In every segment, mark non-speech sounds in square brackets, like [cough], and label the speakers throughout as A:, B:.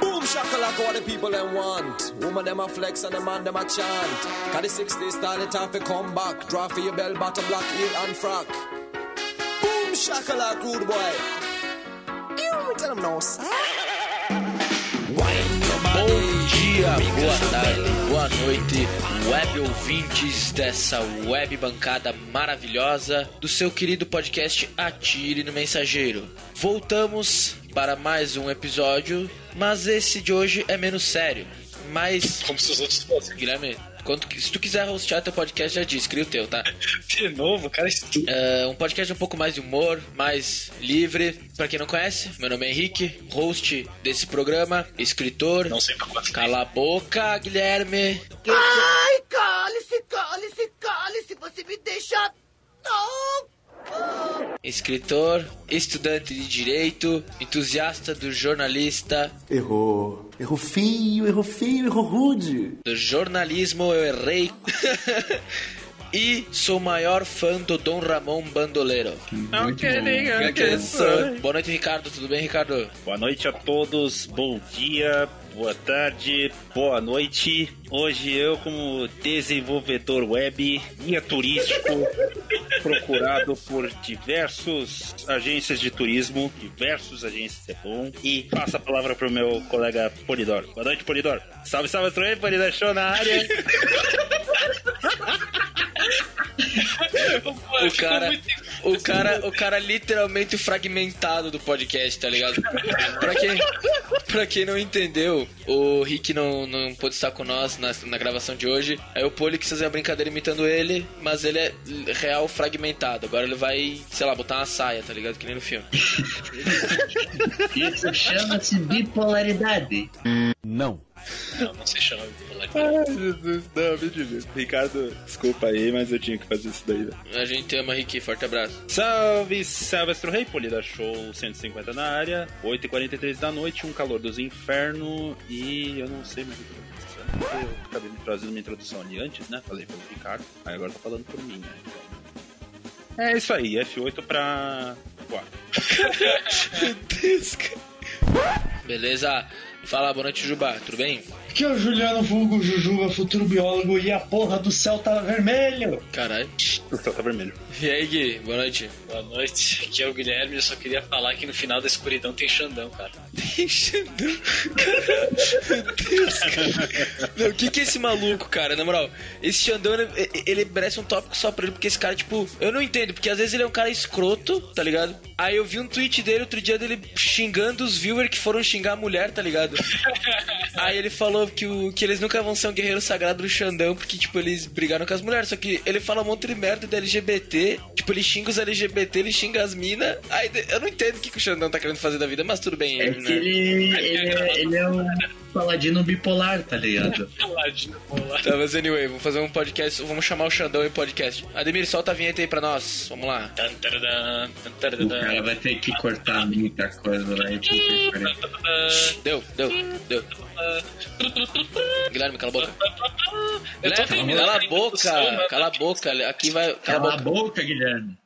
A: I call the people them want. Woman them a flex and the man them a chant. Cause the 60s style it time for come back. Draw for your bell, bottom black, heel and frack. Boom, shakalak, rude boy. You tell them no, sir. Wine your
B: Bom dia, boa tarde, boa noite, web ouvintes dessa web bancada maravilhosa do seu querido podcast Atire no Mensageiro. Voltamos para mais um episódio, mas esse de hoje é menos sério. Mas,
C: Como se os outros fossem.
B: Guilherme, quando- se tu quiser hostear teu podcast, já diz, cria o teu, tá?
C: De novo, cara, estudo.
B: É, um podcast um pouco mais de humor, mais livre. Pra quem não conhece, meu nome é Henrique, host desse programa, escritor.
C: Não sei pra quanto.
B: Cala a boca, Guilherme.
D: Ai, cale-se, cale-se, cale-se, você me deixa louco!
B: Escritor, estudante de direito, entusiasta do jornalista,
E: Errou. Errou feio, errou feio, errou rude.
B: do jornalismo, eu errei. [laughs] e sou o maior fã do Dom Ramon Bandoleiro. é
C: Não querem
B: Boa noite, Ricardo. Tudo bem, Ricardo?
F: Boa noite a todos, bom dia, boa tarde, boa noite. Hoje eu, como desenvolvedor web, guia [laughs] turístico, procurado por diversos agências de turismo, diversos agências é bom. E passo a palavra pro meu colega Polidoro. Boa noite, Polidoro. Salve, salve, troei, Polidoro Show na área.
B: O cara, o cara, o cara literalmente fragmentado do podcast, tá ligado? Pra quem, pra quem não entendeu, o Rick não, não pôde estar com nós na, na gravação de hoje. Aí o Poli quis fazer a brincadeira imitando ele, mas ele é real fragmentado. Agora ele vai, sei lá, botar uma saia, tá ligado? Que nem no filme.
G: Isso chama-se bipolaridade.
E: Não.
C: Não, não se chama bipolar.
F: Não, me diz. [laughs] Ricardo, desculpa aí, mas eu tinha que fazer isso daí, né?
B: A gente ama Rick, forte abraço.
F: Salve, Salvestro Rei, Polida Show 150 na área, 8h43 da noite, um calor dos inferno e eu não sei mais o que eu tô pensando, porque eu acabei me trazendo minha introdução ali antes, né? Falei pelo Ricardo, aí agora tá falando por mim, né? Então, É isso aí, F8 pra 4.
B: Beleza? Fala, boa noite, Juba. Tudo bem?
G: Aqui é o Juliano Vulgo Jujuba, futuro biólogo, e a porra do céu tá vermelho.
B: Caralho.
F: O céu tá vermelho.
B: E aí, Gui? Boa noite.
C: Boa noite, aqui é o Guilherme. Eu só queria falar que no final da escuridão tem Xandão, cara.
B: Xandão. Cara, meu Deus, cara. Meu, o que que é esse maluco, cara? Na moral, esse Xandão, ele, ele merece um tópico só pra ele, porque esse cara, tipo, eu não entendo, porque às vezes ele é um cara escroto, tá ligado? Aí eu vi um tweet dele outro dia dele xingando os viewers que foram xingar a mulher, tá ligado? Aí ele falou que, o, que eles nunca vão ser um guerreiro sagrado do Xandão, porque, tipo, eles brigaram com as mulheres. Só que ele fala um monte de merda da LGBT. Tipo, ele xinga os LGBT, ele xinga as minas. Aí de- eu não entendo o que, que o Xandão tá querendo fazer da vida, mas tudo bem.
G: É
B: ele, né?
G: que ele, ele, é, ele é um paladino bipolar, tá ligado?
C: Ladino, bola.
B: Tá, mas anyway, vamos fazer um podcast. Vamos chamar o Xandão em podcast. Ademir, solta a vinheta aí pra nós. Vamos lá.
C: Tan, taradã, tan,
B: É.
C: taradã,
G: O cara é vai ter que cortar muita coisa lá. e tudo que
B: tá
G: pariu.
C: tan, taradã.
B: Deu, deu, deu. Guilherme, cala a boca.
C: Eu tô
B: Guilherme,
C: terminando
B: cala a
C: introdução,
B: boca.
C: mano.
B: Cala a boca. Aqui vai. Cala a
G: Cala a
B: boca.
G: boca, Guilherme.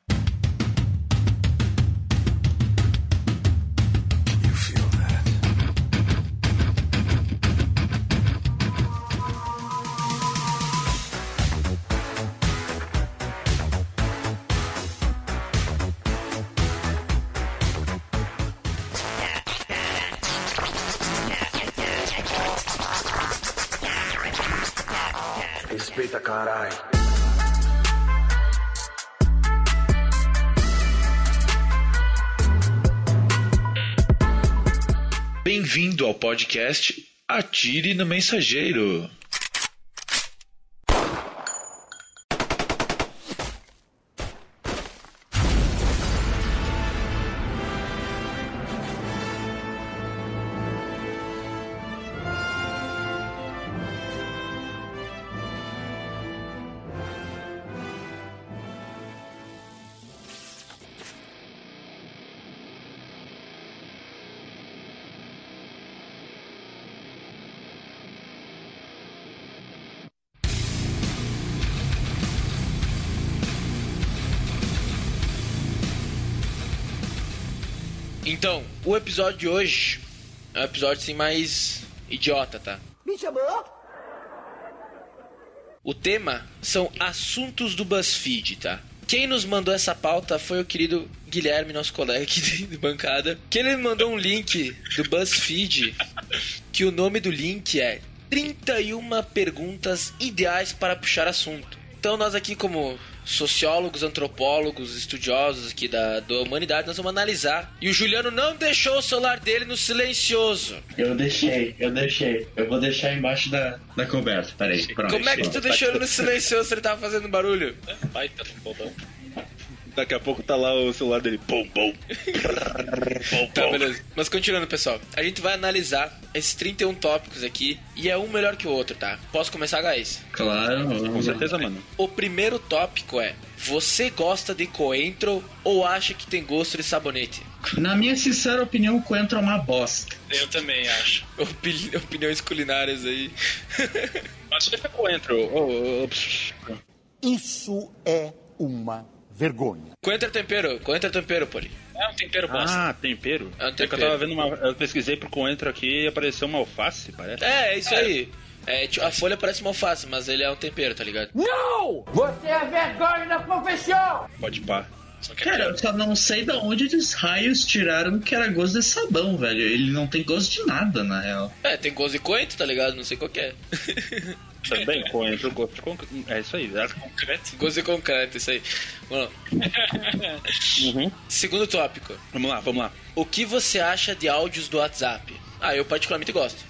E: Respeita, caralho.
H: Bem-vindo ao podcast Atire no Mensageiro.
B: Então, o episódio de hoje é um episódio assim mais Idiota, tá?
D: Me chamou?
B: O tema são assuntos do BuzzFeed, tá? Quem nos mandou essa pauta foi o querido Guilherme, nosso colega aqui [laughs] de- de bancada, que ele mandou um link do BuzzFeed, que o nome do link é 31 perguntas ideais para puxar assunto. Então nós aqui como sociólogos, antropólogos, estudiosos aqui da, da humanidade, nós vamos analisar. E o Juliano não deixou o celular dele no silencioso.
G: Eu deixei, eu deixei. Eu vou deixar embaixo da, da coberta. Peraí, pronto.
B: Como é que tu deixou ele no silencioso se ele tava fazendo barulho?
C: Vai, tá bobão.
I: Daqui a pouco tá lá o celular dele. Pum, pum. pum,
B: Tá,
I: pum.
B: beleza. Mas continuando, pessoal. A gente vai analisar esses 31 tópicos aqui e é um melhor que o outro, tá? Posso começar, guys?
G: Claro,
I: Com
G: vamos lá.
I: certeza, mano.
B: O primeiro tópico é: você gosta de coentro ou acha que tem gosto de sabonete? [laughs]
G: Na minha sincera opinião, o coentro é uma bosta.
C: Eu também acho.
B: Opini- opiniões culinárias aí. [laughs]
C: Mas você tá coentro.
J: Isso é uma vergonha.
B: coentro é tempero, coentro é tempero, Poli.
C: É um tempero bosta.
I: Ah, tempero?
B: É um
I: É que eu
B: tempero.
I: tava vendo uma. Eu pesquisei pro coentro aqui e apareceu uma alface, parece.
B: É, é isso aí. É, tipo, a folha parece uma alface, mas ele é um tempero, tá ligado?
I: Pode pá.
C: Só que é
G: Cara,
C: pior.
G: eu só não sei da onde eles raios tiraram que era gosto de sabão, velho. Ele não tem gosto de nada, na real.
B: É, tem gosto de coentro, tá ligado? Não sei qual que é. [laughs]
I: Também, Tá coentro, gosto de conc- É isso aí. é-
C: concreto.
B: gosto de concreto, isso aí. Vamos lá.
I: Uhum.
B: Segundo tópico.
I: Vamos lá, vamos lá.
B: O que você acha de áudios do WhatsApp? Ah, eu particularmente gosto.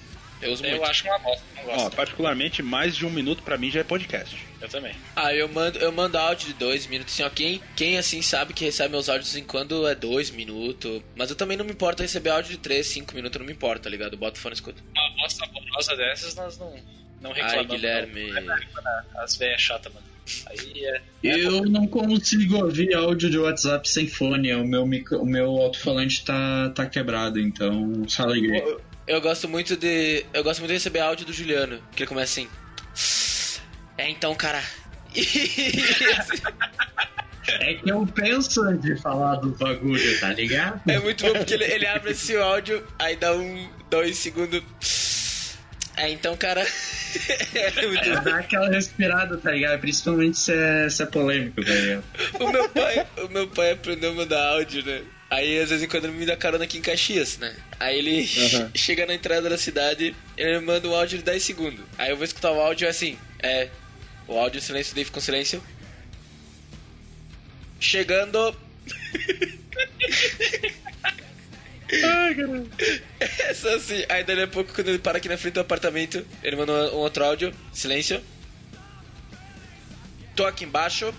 B: Eu uso
C: Eu
B: muito.
C: acho uma bosta, não
I: Ó,
C: gosto.
I: particularmente, mais de um minuto pra mim já é podcast.
C: Eu também.
B: Ah, eu mando, eu mando áudio de dois minutos, assim, ó. Quem, quem assim sabe que recebe meus áudios em quando é dois minutos. Mas eu também não me importo receber áudio de três, cinco minutos, eu não me importo, tá ligado? Eu boto o fone e escuto.
C: Uma bosta saborosa dessas, nós não, não é
B: Ai,
C: reclamamos.
B: Guilherme.
C: não. As velhas chatas, mano. Aí é.
G: Eu não consigo ouvir áudio de WhatsApp sem fone. O meu, micro, o meu alto-falante tá, tá quebrado, então só liguei.
B: Eu gosto muito de. Eu gosto muito de receber áudio do Juliano, que ele começa assim. É então, cara. [laughs]
G: É que eu penso antes de falar do bagulho, tá ligado?
B: É muito bom porque ele, ele abre esse áudio, aí dá um, dois segundos. É, então, cara. [laughs] É muito
G: É, Dá aquela respirada, tá ligado? Principalmente se é, se é polêmico, tá ligado?
B: bom. O meu pai, o meu pai aprendeu a mandar áudio, né? Aí, às vezes, em quando ele me dá carona aqui em Caxias, né? Aí ele [laughs] chega na entrada da cidade, ele me manda um áudio de 10 segundos. Aí eu vou escutar o áudio é assim: é. O áudio silêncio, daí fica um silêncio. Chegando. [laughs] É só assim. Aí dali a pouco, quando ele para aqui na frente do apartamento, ele manda um outro áudio. Silêncio. Tô aqui embaixo.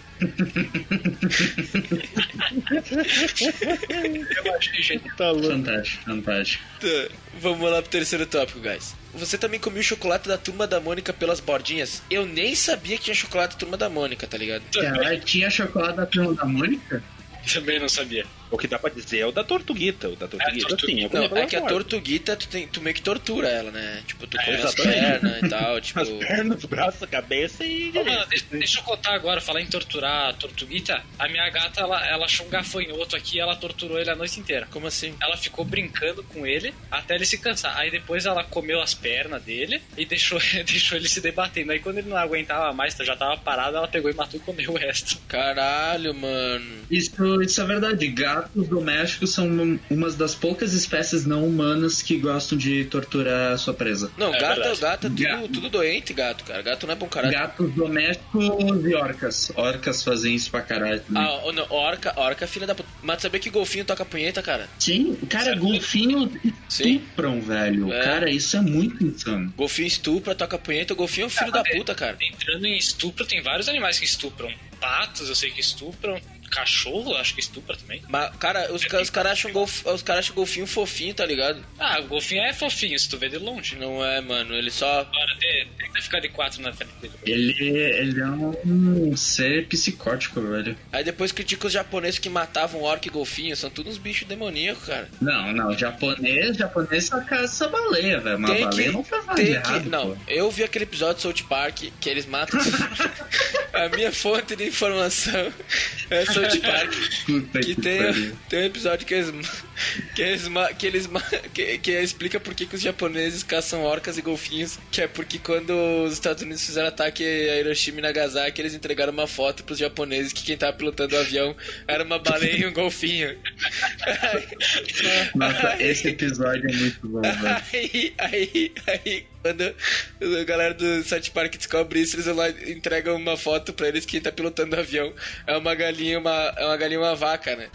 I: Tá
G: Fantástico, fantástico.
B: Tá, Vamos lá pro terceiro tópico, guys. Você também comeu chocolate da Turma da Mônica pelas bordinhas? Eu nem sabia que tinha chocolate da Turma da Mônica, tá ligado?
G: Caralho, tinha chocolate da turma da Mônica?
C: Também não sabia.
I: O que dá pra dizer é o da tortuguita. O da tortuguita,
C: É, a tortuguita.
I: sim. eu
B: Não,
I: comprei
B: é que a
I: agora.
B: tortuguita, tu, tem, tu meio que tortura ela, né? Tipo, tu come as
I: exatamente.
B: pernas
I: [laughs]
B: e tal, tipo...
I: As pernas, braço, cabeça e.
C: Ô, mano, deixa, deixa eu contar agora, falar em torturar a tortuguita. A minha gata, ela, ela achou um gafanhoto aqui e ela torturou ele a noite inteira.
B: Como assim?
C: Ela ficou brincando com ele até ele se cansar. Aí depois ela comeu as pernas dele e deixou, [laughs] deixou ele se debatendo. Aí quando ele não aguentava mais, já tava parado, ela pegou e matou e comeu o resto.
B: Caralho, mano.
G: Isso, isso é verdade. Gatos domésticos são um- umas das poucas espécies não humanas que gostam de torturar a sua presa.
B: Não,
C: É
B: gato,
C: verdade.
B: gato é tudo,
G: Gato.
B: tudo doente, gato, cara. Gato não é bom caralho.
G: Gatos domésticos e orcas. Orcas fazem isso pra caralho. também.
B: Ah, ó, não, orca, orca, é filha da puta. Mas sabia que golfinho toca punheta, cara?
G: Sim, cara, golfinho
B: Sim.
G: estupram, velho.
B: É.
G: Cara, isso é muito insano.
B: Golfinho estupra, toca punheta, golfinho é um
I: Ah,
B: filho da puta, cara.
C: Entrando em estupro, tem vários animais que estupram. Patos, eu sei que estupram. Cachorro, eu acho que estupra também.
B: Mas, cara, os, ca- os caras acham, golf, os cara acham golfinho fofinho, tá ligado?
C: Ah, o golfinho é fofinho, se tu vê de longe.
B: Não é, mano, ele só.
C: Agora, tem, tem que ficar de quatro na frente dele.
G: Ele, ele é um ser psicótico, velho.
B: Aí depois critica os japoneses que matavam orc e golfinho, são todos uns bichos demoníacos, cara.
G: Não, não, japonês, japonês só caça baleia, velho. Mas baleia não faz nada
B: tem
G: errado,
B: que. Não,
G: pô.
B: eu vi aquele episódio do South Park que eles matam. [laughs] A minha fonte de informação é South Park.
G: Puta
B: Que tem,
G: pariu.
B: tem um episódio [laughs] que eles, Que eles, ma- que, eles ma- que, que explica por que, que os japoneses caçam orcas e golfinhos. Que é porque quando os Estados Unidos fizeram ataque a Hiroshima e Nagasaki, eles entregaram uma foto pros japoneses que quem tava pilotando o avião era uma baleia e um golfinho. [laughs]
G: Nossa, esse episódio é muito bom, velho.
B: [laughs] Aí, aí, aí, quando a galera do South Park descobre isso, eles vão lá e entregam uma foto pra eles que tá pilotando o avião. É uma galinha, e uma, é uma galinha e uma vaca, né?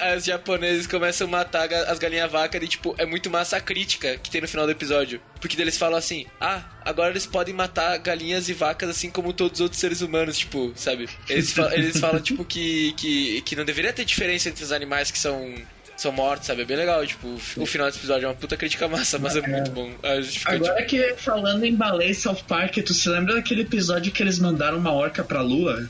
B: Aí, os japoneses começam a matar ga- as galinhas vaca e, tipo, é muito massa a crítica que tem no final do episódio. Porque daí eles falam assim, ah, agora eles podem matar galinhas e vacas assim como todos os outros seres humanos, tipo, sabe? Eles, fa- eles falam, tipo, que, que, que não deveria ter diferença entre os animais que são são mortos, sabe? É bem legal, tipo, o final desse episódio é uma puta crítica massa, mas é, muito bom. A justificativa-
G: Agora que falando em baleia e South Park, tu se lembra daquele episódio que eles mandaram uma orca pra lua?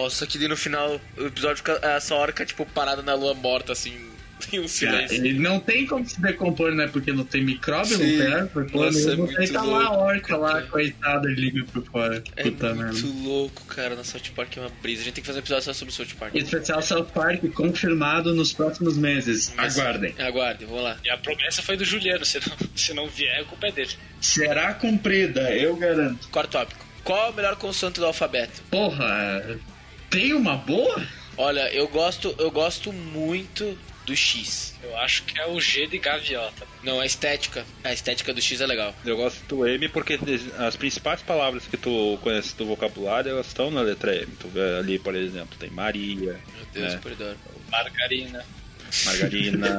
B: Nossa, que daí no final o episódio fica essa orca, tipo, parada na lua morta, assim, [laughs] em um silêncio.
G: Ele não tem como se decompor, né? Porque não tem micróbio,
B: Sim.
G: não tem ar, por porra
B: Nossa, é
G: nenhuma.
B: muito
G: Aí tá lá a
B: louco,
G: orca lá,
B: cara.
G: coitada, ele liga por fora.
B: É
G: Puta merda.
B: muito louco, cara, na South Park é uma brisa. A gente tem que fazer um episódio só sobre South Park.
G: Especial South Park confirmado nos próximos meses.
B: Mas-
G: Aguardem.
B: Aguardem, É, vamos lá.
C: E a promessa foi do Juliano, se não, [laughs] se não vier, a culpa é dele.
G: Será cumprida, eu garanto.
B: Quarto tópico. Qual é o melhor consoante do alfabeto?
G: Porra, tem uma boa?
B: Olha, eu gosto, eu gosto muito do X.
C: Eu acho que é o G de gaviota.
B: Não, a estética. A estética do X é legal.
I: Eu gosto do M porque as principais palavras que tu conhece do vocabulário elas estão na letra M. Tu vê ali, por exemplo, tem Maria,
B: Meu Deus,
I: É.
B: corredor.
C: Margarina.
B: [laughs]
I: margarina,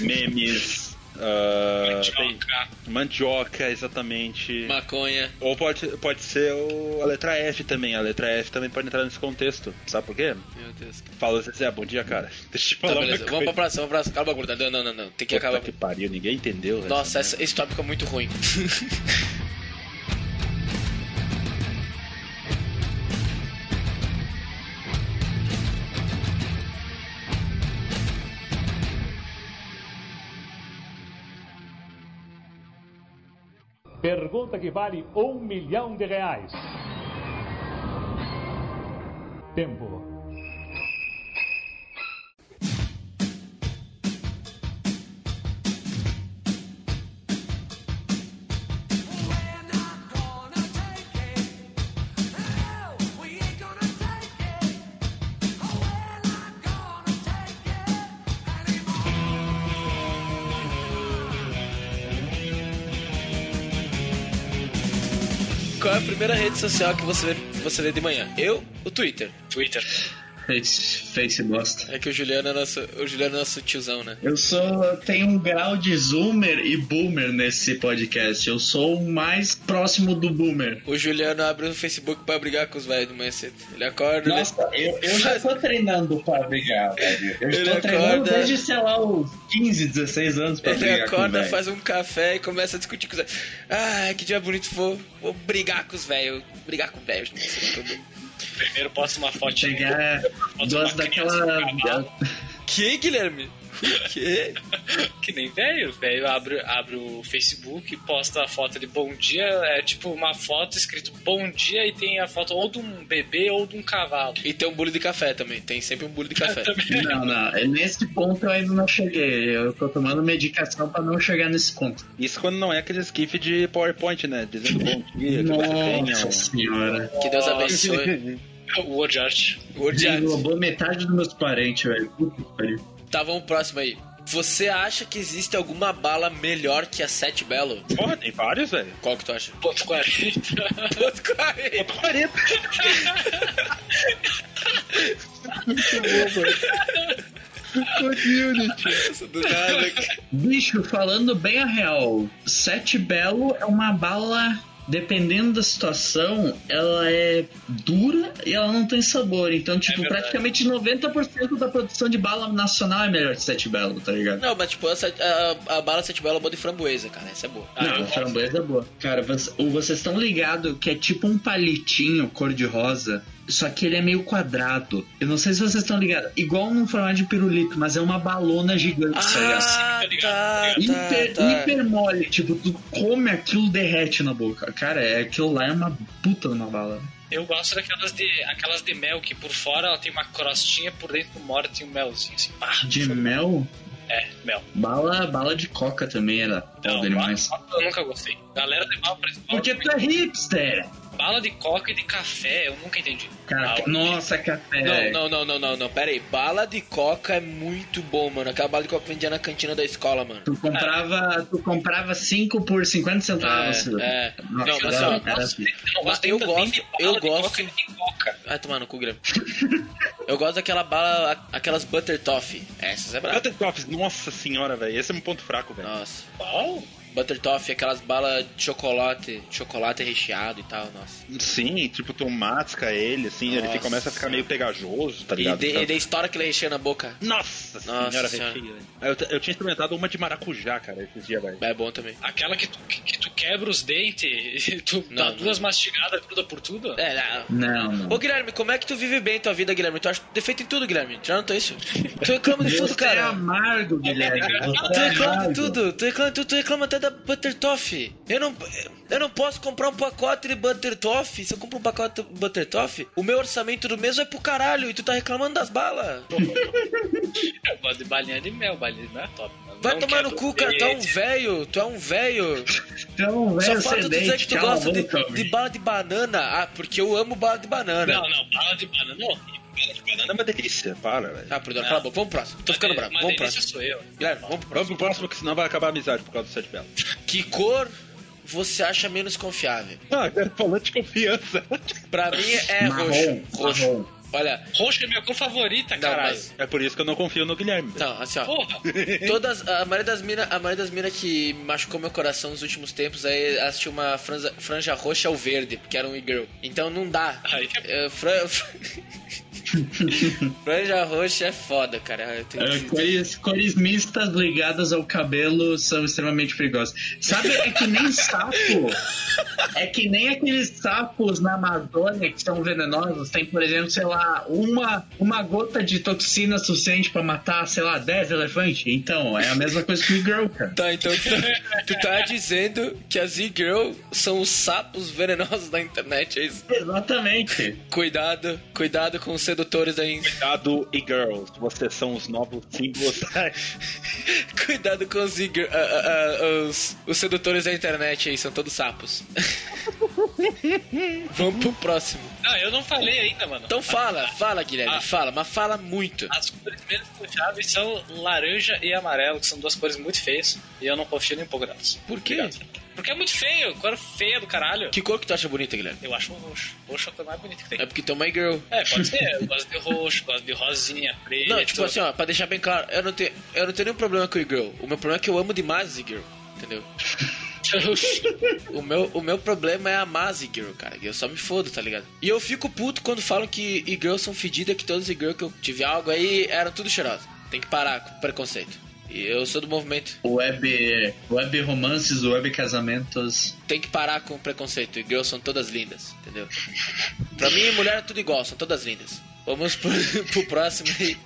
I: memes, ah, tem
C: Mandioca.
I: mandioca, exatamente.
B: Maconha.
I: Ou pode, pode ser o- a letra F também. A letra F também pode entrar nesse contexto. Sabe por quê?
B: Meu Deus, cara.
I: Fala assim, ah, bom dia, cara. [laughs] Deixa eu te
B: Tá,
I: falar uma
B: beleza. Vamos
I: coisa.
B: pra próxima, vamos pra próxima. Calma, gorda. Não, não, não, não. Tem que
I: Puta
B: acabar.
I: que pariu, ninguém entendeu. velho.
B: Nossa, essa- esse tópico é muito ruim. [laughs]
K: Pergunta que vale um milhão de reais. Tempo.
B: Qual é a primeira rede social que você vê, você vê de manhã? Eu, o Twitter.
C: Twitter.
G: Face, face bosta.
B: É que o Juliano é nosso, o Juliano é nosso tiozão, né?
G: Eu sou. Eu tenho um grau de zoomer e boomer nesse podcast. Eu sou o mais próximo do boomer.
B: O Juliano abre o Facebook pra brigar com os velhos de manhã cedo. Ele acorda, ele...
G: Nossa, eu, eu já tô treinando pra brigar, velho. Eu
B: Ele
G: tô treinando
B: acorda-
G: desde, sei lá, os 15, 16 anos pra
B: Ele
G: brigar com o
B: acorda,
G: velho.
B: faz um café e começa a discutir com os velhos. Ah, que dia bonito vou, vou brigar com os velhos. Brigar com velhos. não sei o que eu-
C: Primeiro posta uma foto
G: Chegar duas daquela...
B: Que, Guilherme? Que?
C: [laughs] Que nem velho. Velho abre, abre o Facebook, posta a foto de bom dia. É tipo uma foto escrito bom dia e tem a foto ou de um bebê ou de um cavalo.
B: E tem um bule de café também. Tem sempre um bule de café.
G: Não, não. é Nesse ponto eu ainda não cheguei. Eu tô tomando medicação pra não chegar nesse ponto.
I: Isso quando não é aquele skif de PowerPoint, né? Dizendo bom dia, né? que você tenha.
G: Nossa senhora.
B: Que Deus
G: [laughs]
B: abençoe.
C: É O Word Art.
B: Word Art.
G: Englobou metade dos meus parentes, velho. Puta
B: [laughs]
G: que pariu.
B: Tá, vamos pro próximo aí. Você acha que existe alguma bala melhor que a 7 Belo?
I: Porra, tem vários, velho.
B: Qual que tu acha?
C: Ponto 40.
B: Ponto 40. Isso do nada, cara.
G: Bicho, falando bem a real, Sete Belo é uma bala. Dependendo da situação, ela é dura e ela não tem sabor. Então, tipo,
C: É verdade.
G: praticamente 90% da produção de bala nacional é melhor de Sete Belo, tá ligado?
B: Não, mas tipo, essa, a, a bala 7 Belo é boa de framboesa, cara. Essa é boa.
C: Ah,
G: não,
C: eu
G: a
C: gosto.
G: framboesa é boa. Cara, você- ou vocês estão ligados que é tipo um palitinho cor-de-rosa, só que ele é meio quadrado. Eu não sei se vocês estão ligados. Igual num formato de pirulito, mas é uma balona gigante. tá ligado?
B: Ah, tá,
G: Hiper,
B: tá, tá.
G: hiper mole, tipo, tu come aquilo, derrete na boca. Cara, é, aquilo lá é uma puta numa bala.
C: Eu gosto daquelas de, aquelas de mel, que por fora ela tem uma crostinha, por dentro morde um melzinho, assim, pá.
G: De mel?
C: É, mel.
G: Bala, bala de coca também era
C: Não,
B: Então,
G: foda demais.
C: bala de coca eu nunca gostei. Galera levava pra escola.
G: um Porque tu é hipster!
C: Bala de coca e de café, eu nunca entendi.
G: Cara,
C: Bala-
G: nossa, café.
B: Ah, Não, não, não, não, não, não. Pera aí. Bala de coca é muito bom, mano. Aquela bala de coca que vendia na cantina da escola, mano.
G: Tu comprava, tu comprava 5 por 50 centavos.
B: É, é.
G: Nossa,
B: Não, mas
G: era-
B: ó,
G: era-
C: Eu não assim, gosto
B: Mas eu
C: nem também de
B: gosto,
C: bala
B: eu
C: de
B: gosto.
C: coca e de coca.
B: Vai tomar no cu, Grêmio. Eu gosto daquela bala, aquelas Butter Toffee. Essas é brava.
I: Butter Toffs, nossa senhora, velho. Esse é um ponto fraco, velho.
B: Nossa.
C: Qual?
B: Butter Toffee, aquelas balas de chocolate, chocolate recheado e tal, nossa.
I: Sim, tipo, tu masca ele, assim, ele
B: Nossa.
I: fica- começa a ficar meio pegajoso, tá
B: E
I: ligado?
B: de, e de história que ele recheia na boca.
I: Nossa,
B: Nossa
I: senhora,
B: senhora.
I: recheio. velho. Eu, t- eu tinha experimentado uma de maracujá, cara, esses dias, velho.
B: É bom também.
C: Aquela que tu, que, que tu quebra os dentes e [laughs] tu dá
B: Não,
C: duas mastigadas tudo por tudo?
B: É, é.
G: Não, não.
B: Ô Guilherme, como é que tu vive bem tua vida, Guilherme? Tu acha defeito em tudo, Guilherme. Tirando isso. Tu reclama
G: [laughs]
B: de tudo,
G: Você é
B: cara.
G: amargo, Guilherme.
B: Tu
G: Você é
B: reclama de
G: amargo.
B: tudo, tu reclama, tu, tu reclama até da Butter Toffee. Eu não, eu não posso comprar um pacote de Butter Toffee. Se eu compro um pacote de Butter Toffee, o meu orçamento do mês vai pro caralho e tu tá reclamando das balas.
C: Eu gosto de balinha de mel, balinha de mel é top. mano.
B: Vai
C: Não
B: tomar
C: quebra
B: no cu,
C: os
B: cara, tu é um
C: dentes.
B: velho, tu é um velho.
G: Então,
B: Só
G: velho,
B: falta tu dizer que
G: sedente,
B: tu
G: cala a
B: gosta de,
G: boca,
B: de bala de banana. Ah, porque eu amo bala de banana.
C: Não, não, bala de banana é horrível. Bala de banana
I: Não é uma delícia, para, velho.
B: Ah, perdão, cala a boca. Vamos pro próximo. Tô ficando bravo.
C: Mas é
B: Vamos pro
C: delícia
B: próximo.
C: sou eu.
B: Guilherme, vamos pro próximo.
I: Vamos pro próximo, que senão vai acabar a amizade por causa do Sete Belas.
B: Que cor você acha menos confiável?
I: Ah, agora falando de confiança. [laughs]
B: Pra mim é
G: Marrom,
B: roxo. Roxo.
G: marrom.
B: Olha,
C: Roxo é minha cor favorita,
B: não,
C: caralho.
B: mas.
I: É por isso que eu não confio no Guilherme. velho.
B: Não, assim, ó.
C: Porra,
B: Todas, a maioria das minas a maioria das mina que machucou meu coração nos últimos tempos aí elas tinham uma franja, franja roxa ou verde, porque era um e-girl. Então não dá.
C: Aí é
B: É, fran- [laughs] franja roxa é foda, cara. Eu tenho
G: É,
B: que-
G: Cores, cores mistas ligadas ao cabelo são extremamente perigosas. Sabe, é que nem sapo. É que nem aqueles sapos na Amazônia que são venenosos. Tem, por exemplo, sei lá, uma, uma gota de toxina suficiente pra matar, sei lá, 10 elefantes. Então, é a mesma coisa que o Girl, cara.
B: Tá, então tu, tu tá dizendo que as e-girl são os sapos venenosos da internet, é isso?
G: Exatamente.
B: Cuidado, cuidado com os sedutores da in- [laughs]
I: Cuidado e girls, vocês são os novos símbolos. [laughs]
B: Cuidado com os, e-girl- ah, ah, ah, os, os sedutores da internet aí, são todos sapos. [laughs] Vamos pro próximo.
C: Não, eu não falei ainda, mano.
B: Então fala, fala, Guilherme,
C: Ah.
B: fala, mas fala muito.
C: As cores menos confiáveis são laranja e amarelo, que são duas cores muito feias, e eu não confio nem um pouco nelas.
B: Por quê?
C: Obrigado. Porque é muito feio, cor feia do caralho.
B: Que cor que tu acha bonita, Guilherme?
C: Eu acho o roxo. Roxo é a cor mais bonita que tem.
B: É porque tu é uma girl.
C: É, pode ser. Eu gosto de roxo, gosto de rosinha, preto.
B: Não, tipo assim, ó, pra deixar bem claro, eu não tenho, eu não tenho nenhum problema com e-girl. O meu problema é que eu amo demais e-girl, entendeu? O meu, o meu problema é amar as e-girl, cara. Eu só me fodo, tá ligado? E eu fico puto quando falam que e-girl são fedidas, que todas as e-girl que eu tive algo aí eram tudo cheirosas. Tem que parar com o preconceito. E eu sou do movimento.
G: Web, web romances, web casamentos.
B: Tem que parar com o preconceito. E-girl são todas lindas, entendeu? Pra mim, mulher é tudo igual, são todas lindas. Vamos pro, [laughs] pro próximo aí.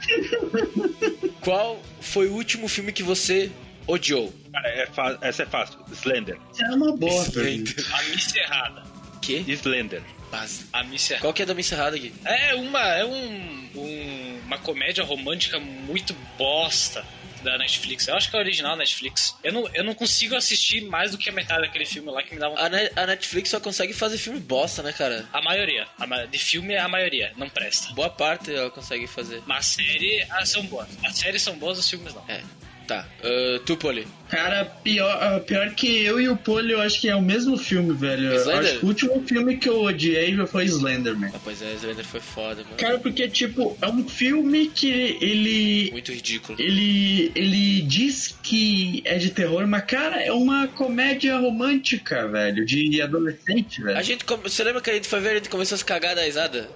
B: Qual foi o último filme que você odiou?
I: Cara, é fa- Essa é fácil. Slender.
G: Isso é uma boa, pergunta.
C: a missa errada.
B: [laughs] Que?
I: Slender.
B: Mas,
C: A missa errada.
B: qual que é da minha encerrada aqui?
C: É uma. É um, um- uma comédia romântica muito bosta da Netflix. Eu acho que é a original Netflix. Eu não, eu não consigo assistir mais do que a metade daquele filme lá que me dava.
B: A, Ne- a Netflix só consegue fazer filme bosta, né, cara?
C: A maioria. A ma- de filme é a maioria. Não presta.
B: Boa parte ela consegue fazer.
C: Mas série ah, são boas. As séries são boas, os filmes não.
B: É, tá. Ah, tu, Poli.
G: Cara, pior, ah, pior que eu e o Polio, eu acho que é o mesmo filme, velho. Eu
B: Slender?
G: Acho que o último filme que eu odiei já foi Slenderman.
B: Ah, pois é, Slender foi foda, mano.
G: Cara, porque, tipo, é um filme que ele.
B: Muito ridículo.
G: Ele. Ele diz que é de terror, mas, cara, é uma comédia romântica, velho. De adolescente, velho. [laughs]
B: A gente, come- você lembra que a gente foi ver, a gente começou a se cagar da risada?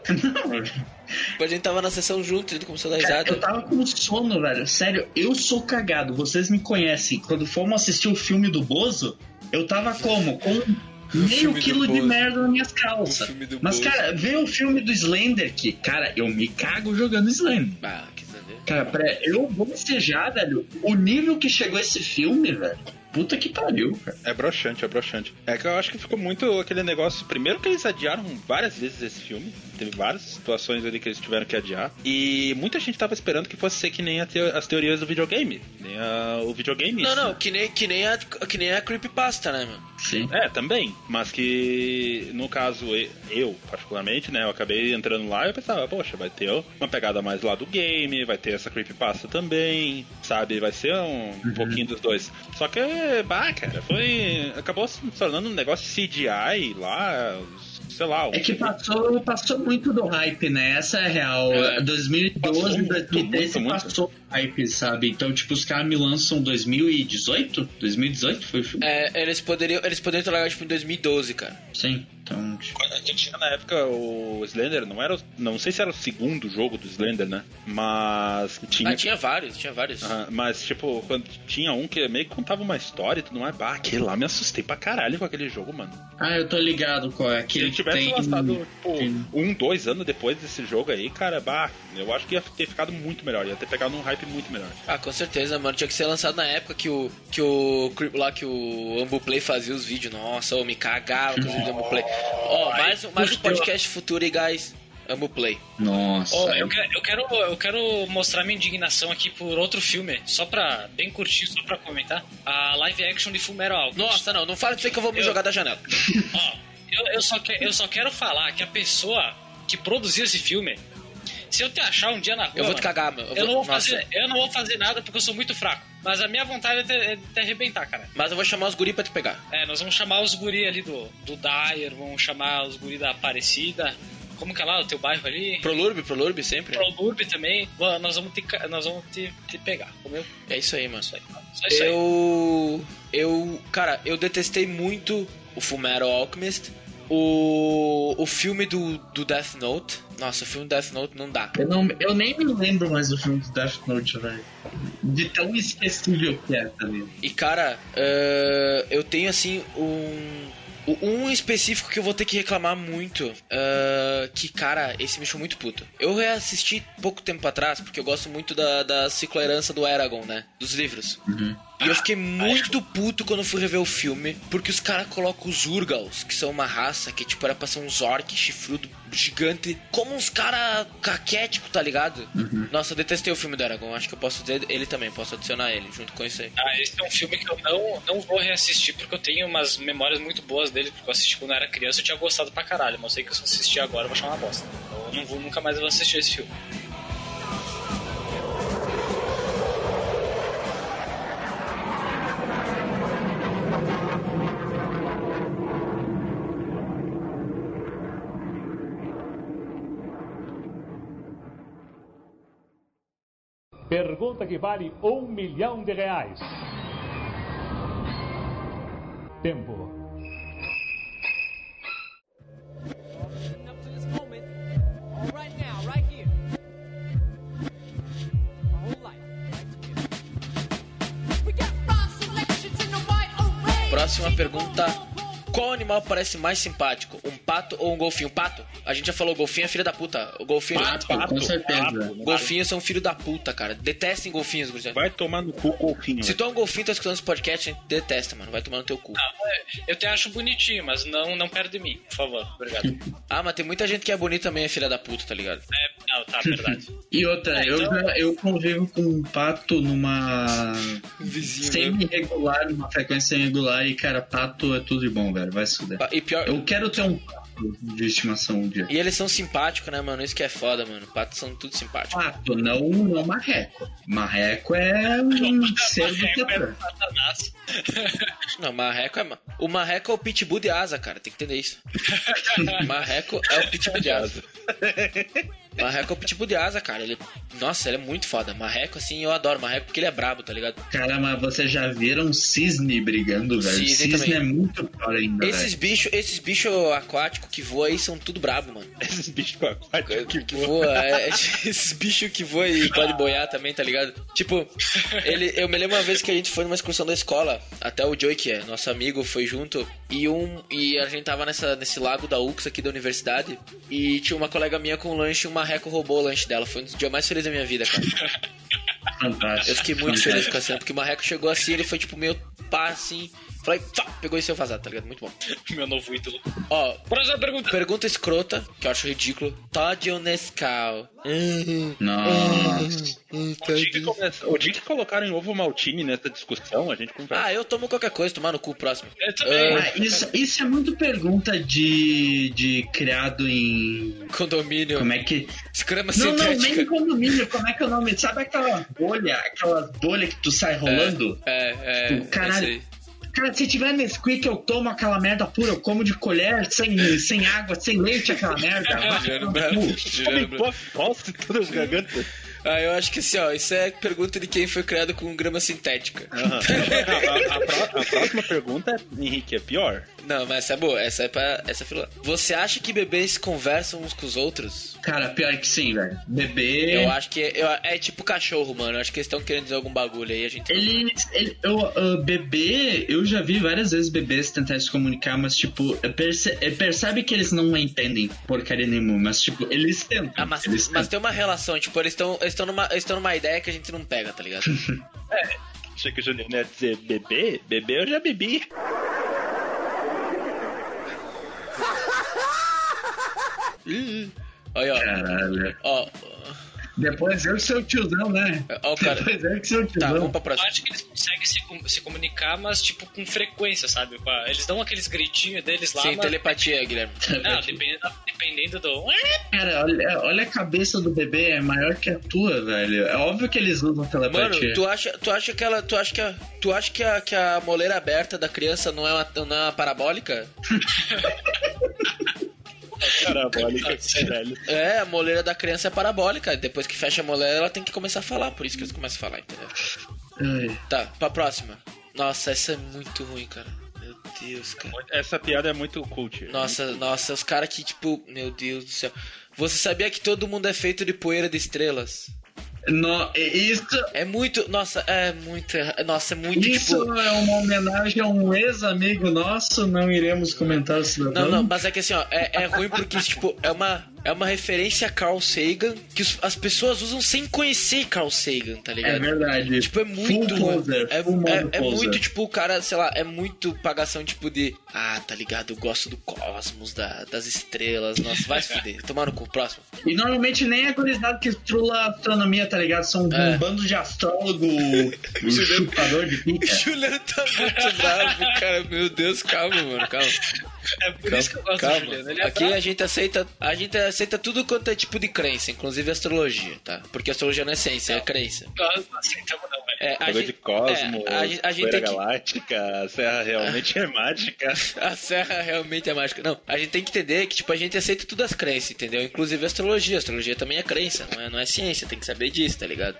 B: Quando a gente tava na sessão junto, a gente começou a dar
G: Cara, eu
B: risada.
G: tava com sono, velho. Sério, eu sou cagado. Vocês me conhecem. Quando fomos assistir o filme do Bozo, eu tava como? Com meio
B: filme do
G: quilo de
B: Bozo.
G: merda nas minhas
B: O
G: calças.
B: filme do
G: Mas,
B: Bozo.
G: cara, ver o filme do Slender que, cara, eu me cago jogando Slender.
B: Ah, que entender.
G: Cara, pera, eu vou ensejar, velho, o nível que chegou esse filme, velho. Puta que pariu, cara.
F: É broxante, é broxante. É que eu acho que ficou muito aquele negócio. Primeiro que eles adiaram várias vezes esse filme. Teve várias situações ali que eles tiveram que adiar. E muita gente tava esperando que fosse ser que nem a teo- as teorias do videogame. Nem a- o videogame.
B: Não,
F: isso,
B: não,
F: né?
B: que nem, que, nem a, que nem a Creepypasta, né, mano?
G: Sim.
F: É, também. Mas que, no caso, e- eu, particularmente, né? Eu acabei entrando lá e eu pensava, poxa, vai ter uma pegada mais lá do game, vai ter essa creepypasta também, sabe? Vai ser um pouquinho dos dois. Só que, bah, cara, foi. Acabou se tornando um negócio CGI lá, sei lá. Um...
G: É que passou, passou muito do hype, né? Essa é a real.
F: É.
G: 2012,
F: Passou muito,
G: 2013
F: muito, muito.
G: passou hype, sabe? Então, tipo, os caras me lançam 2018? 2018 foi o filme?
B: É, eles poderiam, eles poderiam ter largado tipo em 2012, cara.
F: É.
G: Sim. Então, tipo,
F: A gente tinha na época o Slender, não era. o- Não sei se era o segundo jogo do Slender, né? Mas tinha.
B: Ah,
G: Uhum.
B: tinha vários, tinha vários.
G: Ah.
F: Aham, mas, tipo, quando tinha um que meio que contava uma história e tudo mais, bah, aquele lá me assustei pra caralho com aquele jogo, mano.
G: ah, eu tô ligado qual é.
F: Se
G: Que
F: ele
G: ele
F: tivesse
G: tem...
F: lançado, tipo,
G: Sim.
F: um, dois anos depois desse jogo aí, cara, bah, eu acho que ia ter ficado muito melhor, ia ter pegado um hype muito melhor.
B: Ah, com certeza, mano. Tinha que ser lançado na época que o. Que o. Creep- Lá que o Ambuplay fazia os vídeos. Nossa, eu me cagava com os vídeos do Ambuplay. Ó, mais, um- mais um podcast futuro aí, guys. Ambuplay.
G: Nossa.
C: Ó,
G: é-
C: eu, que- eu quero, eu quero mostrar minha indignação aqui por outro filme, só pra bem curtir, só pra comentar. A live action de Fullmetal Alchemist.
B: Nossa, não, não fala disso aí que eu vou me
C: Eu-
B: jogar da janela.
C: Ó, eu, eu só que- eu só quero falar que a pessoa que produziu esse filme, se eu te achar um dia na rua,
B: Eu vou te
C: mano,
B: cagar, mano.
C: eu, não vou
B: nossa.
C: fazer, eu não vou fazer nada porque eu sou muito fraco. Mas a minha vontade é te, é te arrebentar, cara.
B: Mas eu vou chamar os guri pra te pegar.
C: É, nós vamos chamar os guri ali do, do Dyer, vamos chamar os guri da Aparecida. Como que é lá o teu bairro ali?
B: Prolurbe, prolurbe sempre.
C: Pro Burb também. Mano, nós vamos te, ca- nós vamos te, te pegar. Comeu?
B: É isso aí, mano.
C: Isso aí. Só isso aí.
B: Eu. Eu. Cara, eu detestei muito o Fumero Alchemist. O. O filme do, do Death Note. Nossa, o filme do Death Note não dá.
G: Eu, não, eu nem me lembro mais do filme do Death Note, velho. De tão esquecível que é, tá ligado?
B: E cara, eh, eu tenho assim um. o- Um específico que eu vou ter que reclamar muito. eh, que, cara, esse me deixou muito puto. Eu reassisti pouco tempo atrás, porque eu gosto muito da, da cicloherança do Eragon, né? Dos livros. E eu fiquei muito puto quando fui rever o filme, porque os caras colocam os Urgals, que são uma raça que, tipo, era pra ser uns orc chifrudo gigante, como uns cara caquético, tá ligado? Nossa, eu detestei o filme do Aragorn, acho que eu posso dizer ele também, posso adicionar ele junto com isso aí.
C: Ah, esse é um filme que eu não, não vou reassistir porque eu tenho umas memórias muito boas dele, porque eu assisti quando eu era criança e eu tinha gostado pra caralho, mas eu sei que se eu assistir agora eu vou achar uma bosta. Então eu não vou, nunca mais vou assistir esse filme.
K: Pergunta que vale um milhão de reais. Tempo.
D: Up to this moment, all right now, right here. My whole life, right together. We got five selections in the wide array.
B: Próxima pergunta. Qual animal parece mais simpático? Um pato ou um golfinho? Pato? A gente já falou, golfinho é filho da puta. O golfinho.
G: com certeza.
B: Golfinhos são filho da puta, cara. Detestem golfinhos, gurizada.
F: né? Vai tomar no cu golfinho.
B: Se tu é um golfinho e tá escutando esse podcast, a gente detesta, mano. Vai tomar no teu cu.
C: Ah, eu te acho bonitinho, mas não, não perto de mim, por favor. Obrigado.
B: Ah, mas tem muita gente que é bonita também, é filha da puta, tá ligado?
C: É, não, tá,
B: [laughs]
C: verdade.
G: E outra,
F: É,
G: eu,
F: então-
G: já- eu convivo com um pato numa
B: Vizinho. né?
G: semi-regular, numa frequência irregular, e cara, pato é tudo de bom, velho. Vai se fuder.
B: Pa- E pior.
G: Eu quero ter um pato de estimação um dia.
B: E eles são simpáticos, né, mano? Isso que é foda, mano. Patos são tudo simpáticos.
G: Pato, não, não é marreco. Marreco é um ser do
C: Marreco é
G: tetra.
C: Satanás. [laughs]
B: Não, marreco é. ma- O marreco é o pitbull de asa, cara. Tem que entender isso. marreco é o pitbull de asa. Marreco é o pitbull de asa, cara. Ele... Nossa, ele é muito foda. Marreco, assim, eu adoro marreco porque ele é brabo, tá ligado?
G: Cara, mas vocês já viram cisne brigando, velho?
B: Cisne
G: Cisne,
B: também.
G: é muito pior ainda,
B: Esses
G: velho.
B: bichos esses bicho aquáticos que voam aí são tudo brabo, mano.
F: [laughs] Esses bichos aquáticos que,
B: que
F: voam.
B: voa, é, [laughs] é, esses bichos que voam e pode boiar também, tá ligado? Tipo, ele, eu me lembro uma vez que a gente foi numa excursão da escola, até o Joey, que é nosso amigo, foi junto, E, um, e a gente tava nessa, nesse lago da UX aqui da universidade. E tinha uma colega minha com lanche e um marreco roubou o lanche dela. Foi um dos dias mais felizes da minha vida, cara.
G: Fantástico.
B: Eu fiquei muito feliz com a cena, porque o marreco chegou assim, ele foi tipo meio pá assim. Falei, pá, pegou e saiu vazado, tá ligado? Muito bom.
C: Meu novo ídolo.
B: Ó,
C: Próxima pergunta.
B: pergunta escrota, que eu acho ridículo. Todd ou Nescau?
G: Nossa.
F: O dia, que começa- o dia que colocaram em ovo maltine nessa discussão, a gente conversa.
B: Ah, eu tomo qualquer coisa, tomar no cu próximo. [laughs]
C: Eu também.
B: Ah,
G: Ah, isso, isso é muito pergunta de, de criado em.
B: condomínio.
G: Como é que.
B: Escrama
G: Não, não, nem
B: sintética.
G: em condomínio. Como é que é o nome? Sabe aquela bolha? Aquela bolha que tu sai rolando?
B: É, é.
G: Tipo, caralho.
B: é isso
G: Cara, se tiver Nesquik, eu tomo aquela merda pura. Eu como de colher, sem, sem água, sem leite,
B: [laughs]
G: aquela merda.
B: aí. Girando o [laughs]
G: Tipo,
B: braço, girando o braço.
F: Nossa, todas
B: [laughs]
F: as gargantas.
B: Ah, eu acho que assim, ó, isso é pergunta de quem foi criado com grama sintética.
F: Não, a, a pró- a próxima pergunta, Henrique, é pior.
B: Não, mas essa é boa, essa é pra. Essa é fila. Você acha que bebês conversam uns com os outros?
G: Cara, pior é que sim, velho. Bebê.
B: Eu acho que. eu- é tipo cachorro, mano. Eu acho que eles estão querendo dizer algum bagulho aí, a gente.
G: Ele, ele- eu, ah, bebê, eu já vi várias vezes bebês tentar se comunicar, mas tipo, é perce- é percebe que eles não entendem porcaria nenhuma, mas tipo, eles tentam.
B: Ah, mas,
G: eles
B: mas tem uma relação, tipo, eles estão eles tão numa, eles tão numa ideia que a gente não pega, tá
G: [laughs]
B: ligado?
F: Achei que o Juliano ia dizer bebê? Bebê eu já bebi.
B: Olha, ó.
G: Caralho.
B: Ó,
G: Depois eu que sou o tiozão, né?
B: ó, o cara.
G: Depois eu que sou o
B: Tá,
G: tiozão.
B: vamos pra
C: Eu
B: próxima.
C: acho que eles conseguem se, com- se comunicar, mas tipo com frequência, sabe? Com a- Eles dão aqueles gritinhos deles lá,
B: Sem
C: mas...
B: telepatia, Guilherme.
C: Não, dependendo, dependendo do...
G: É,
C: é,
G: Cara, olha, olha a cabeça do bebê, é maior que a tua, velho. É óbvio que eles usam
B: Mano,
G: telepatia.
B: tu acha, tu acha que ela, tu acha que a, tu acha que a, que a moleira aberta da criança não é uma, não é uma parabólica?
F: Parabólica, velho.
B: É, a moleira da criança é parabólica. Depois que fecha a moleira, ela tem que começar a falar. Por isso que eles começam a falar, entendeu?
G: Ai,
B: Tá, pra próxima. Nossa, essa é muito ruim, cara. Meu Deus, cara.
F: Essa piada é muito cult.
B: Nossa, nossa, os caras que, tipo, meu Deus do céu. Você sabia que todo mundo é feito de poeira de estrelas?
G: no- isso,
B: É muito. Nossa, é muito. erra- Nossa, é muito
G: isso
B: tipo.
G: é uma homenagem a um ex-amigo nosso, não iremos comentar sobre
B: Não, não, mas é que assim, ó, é, é ruim porque, tipo, é uma, é uma referência a Carl Sagan que os- as pessoas usam sem conhecer Carl Sagan, tá ligado?
G: É verdade.
B: Tipo, é muito.
G: Full poser,
B: é,
G: full
B: é-
G: modo
B: é
G: poser.
B: muito, tipo, o cara, sei lá, é muito pagação, tipo, de. Ah, tá ligado? Eu gosto do cosmos, da- das estrelas. Nossa, vai se fuder. Tomar no cu, próximo.
G: E normalmente nem é gurizada que trula a astronomia, tá ligado? São
B: É.
G: um bando
B: [laughs]
G: de astrólogo, um chupador de
B: O
G: pica.
B: [laughs] Juliano tá muito bravo, cara. Meu Deus, calma, mano, calma.
C: É por isso que eu gosto do Juliano. Ele é
B: Aqui a gente aceita, a gente aceita tudo quanto é tipo de crença, inclusive astrologia, tá? Porque astrologia não é ciência, é crença.
C: bravo, não aceitamos não, velho.
B: É, a
F: Cabelo
B: gente-
F: de Cosmo,
B: é, a, gente- a gente
F: Poeira
B: tem que,
F: Galáctica, a Serra realmente é mágica.
B: a serra realmente é mágica. Não, a gente tem que entender que tipo a gente aceita tudo as crenças, entendeu? Inclusive a astrologia, a astrologia também é crença, não é, não é ciência, tem que saber disso, tá
C: [laughs]
B: ligado?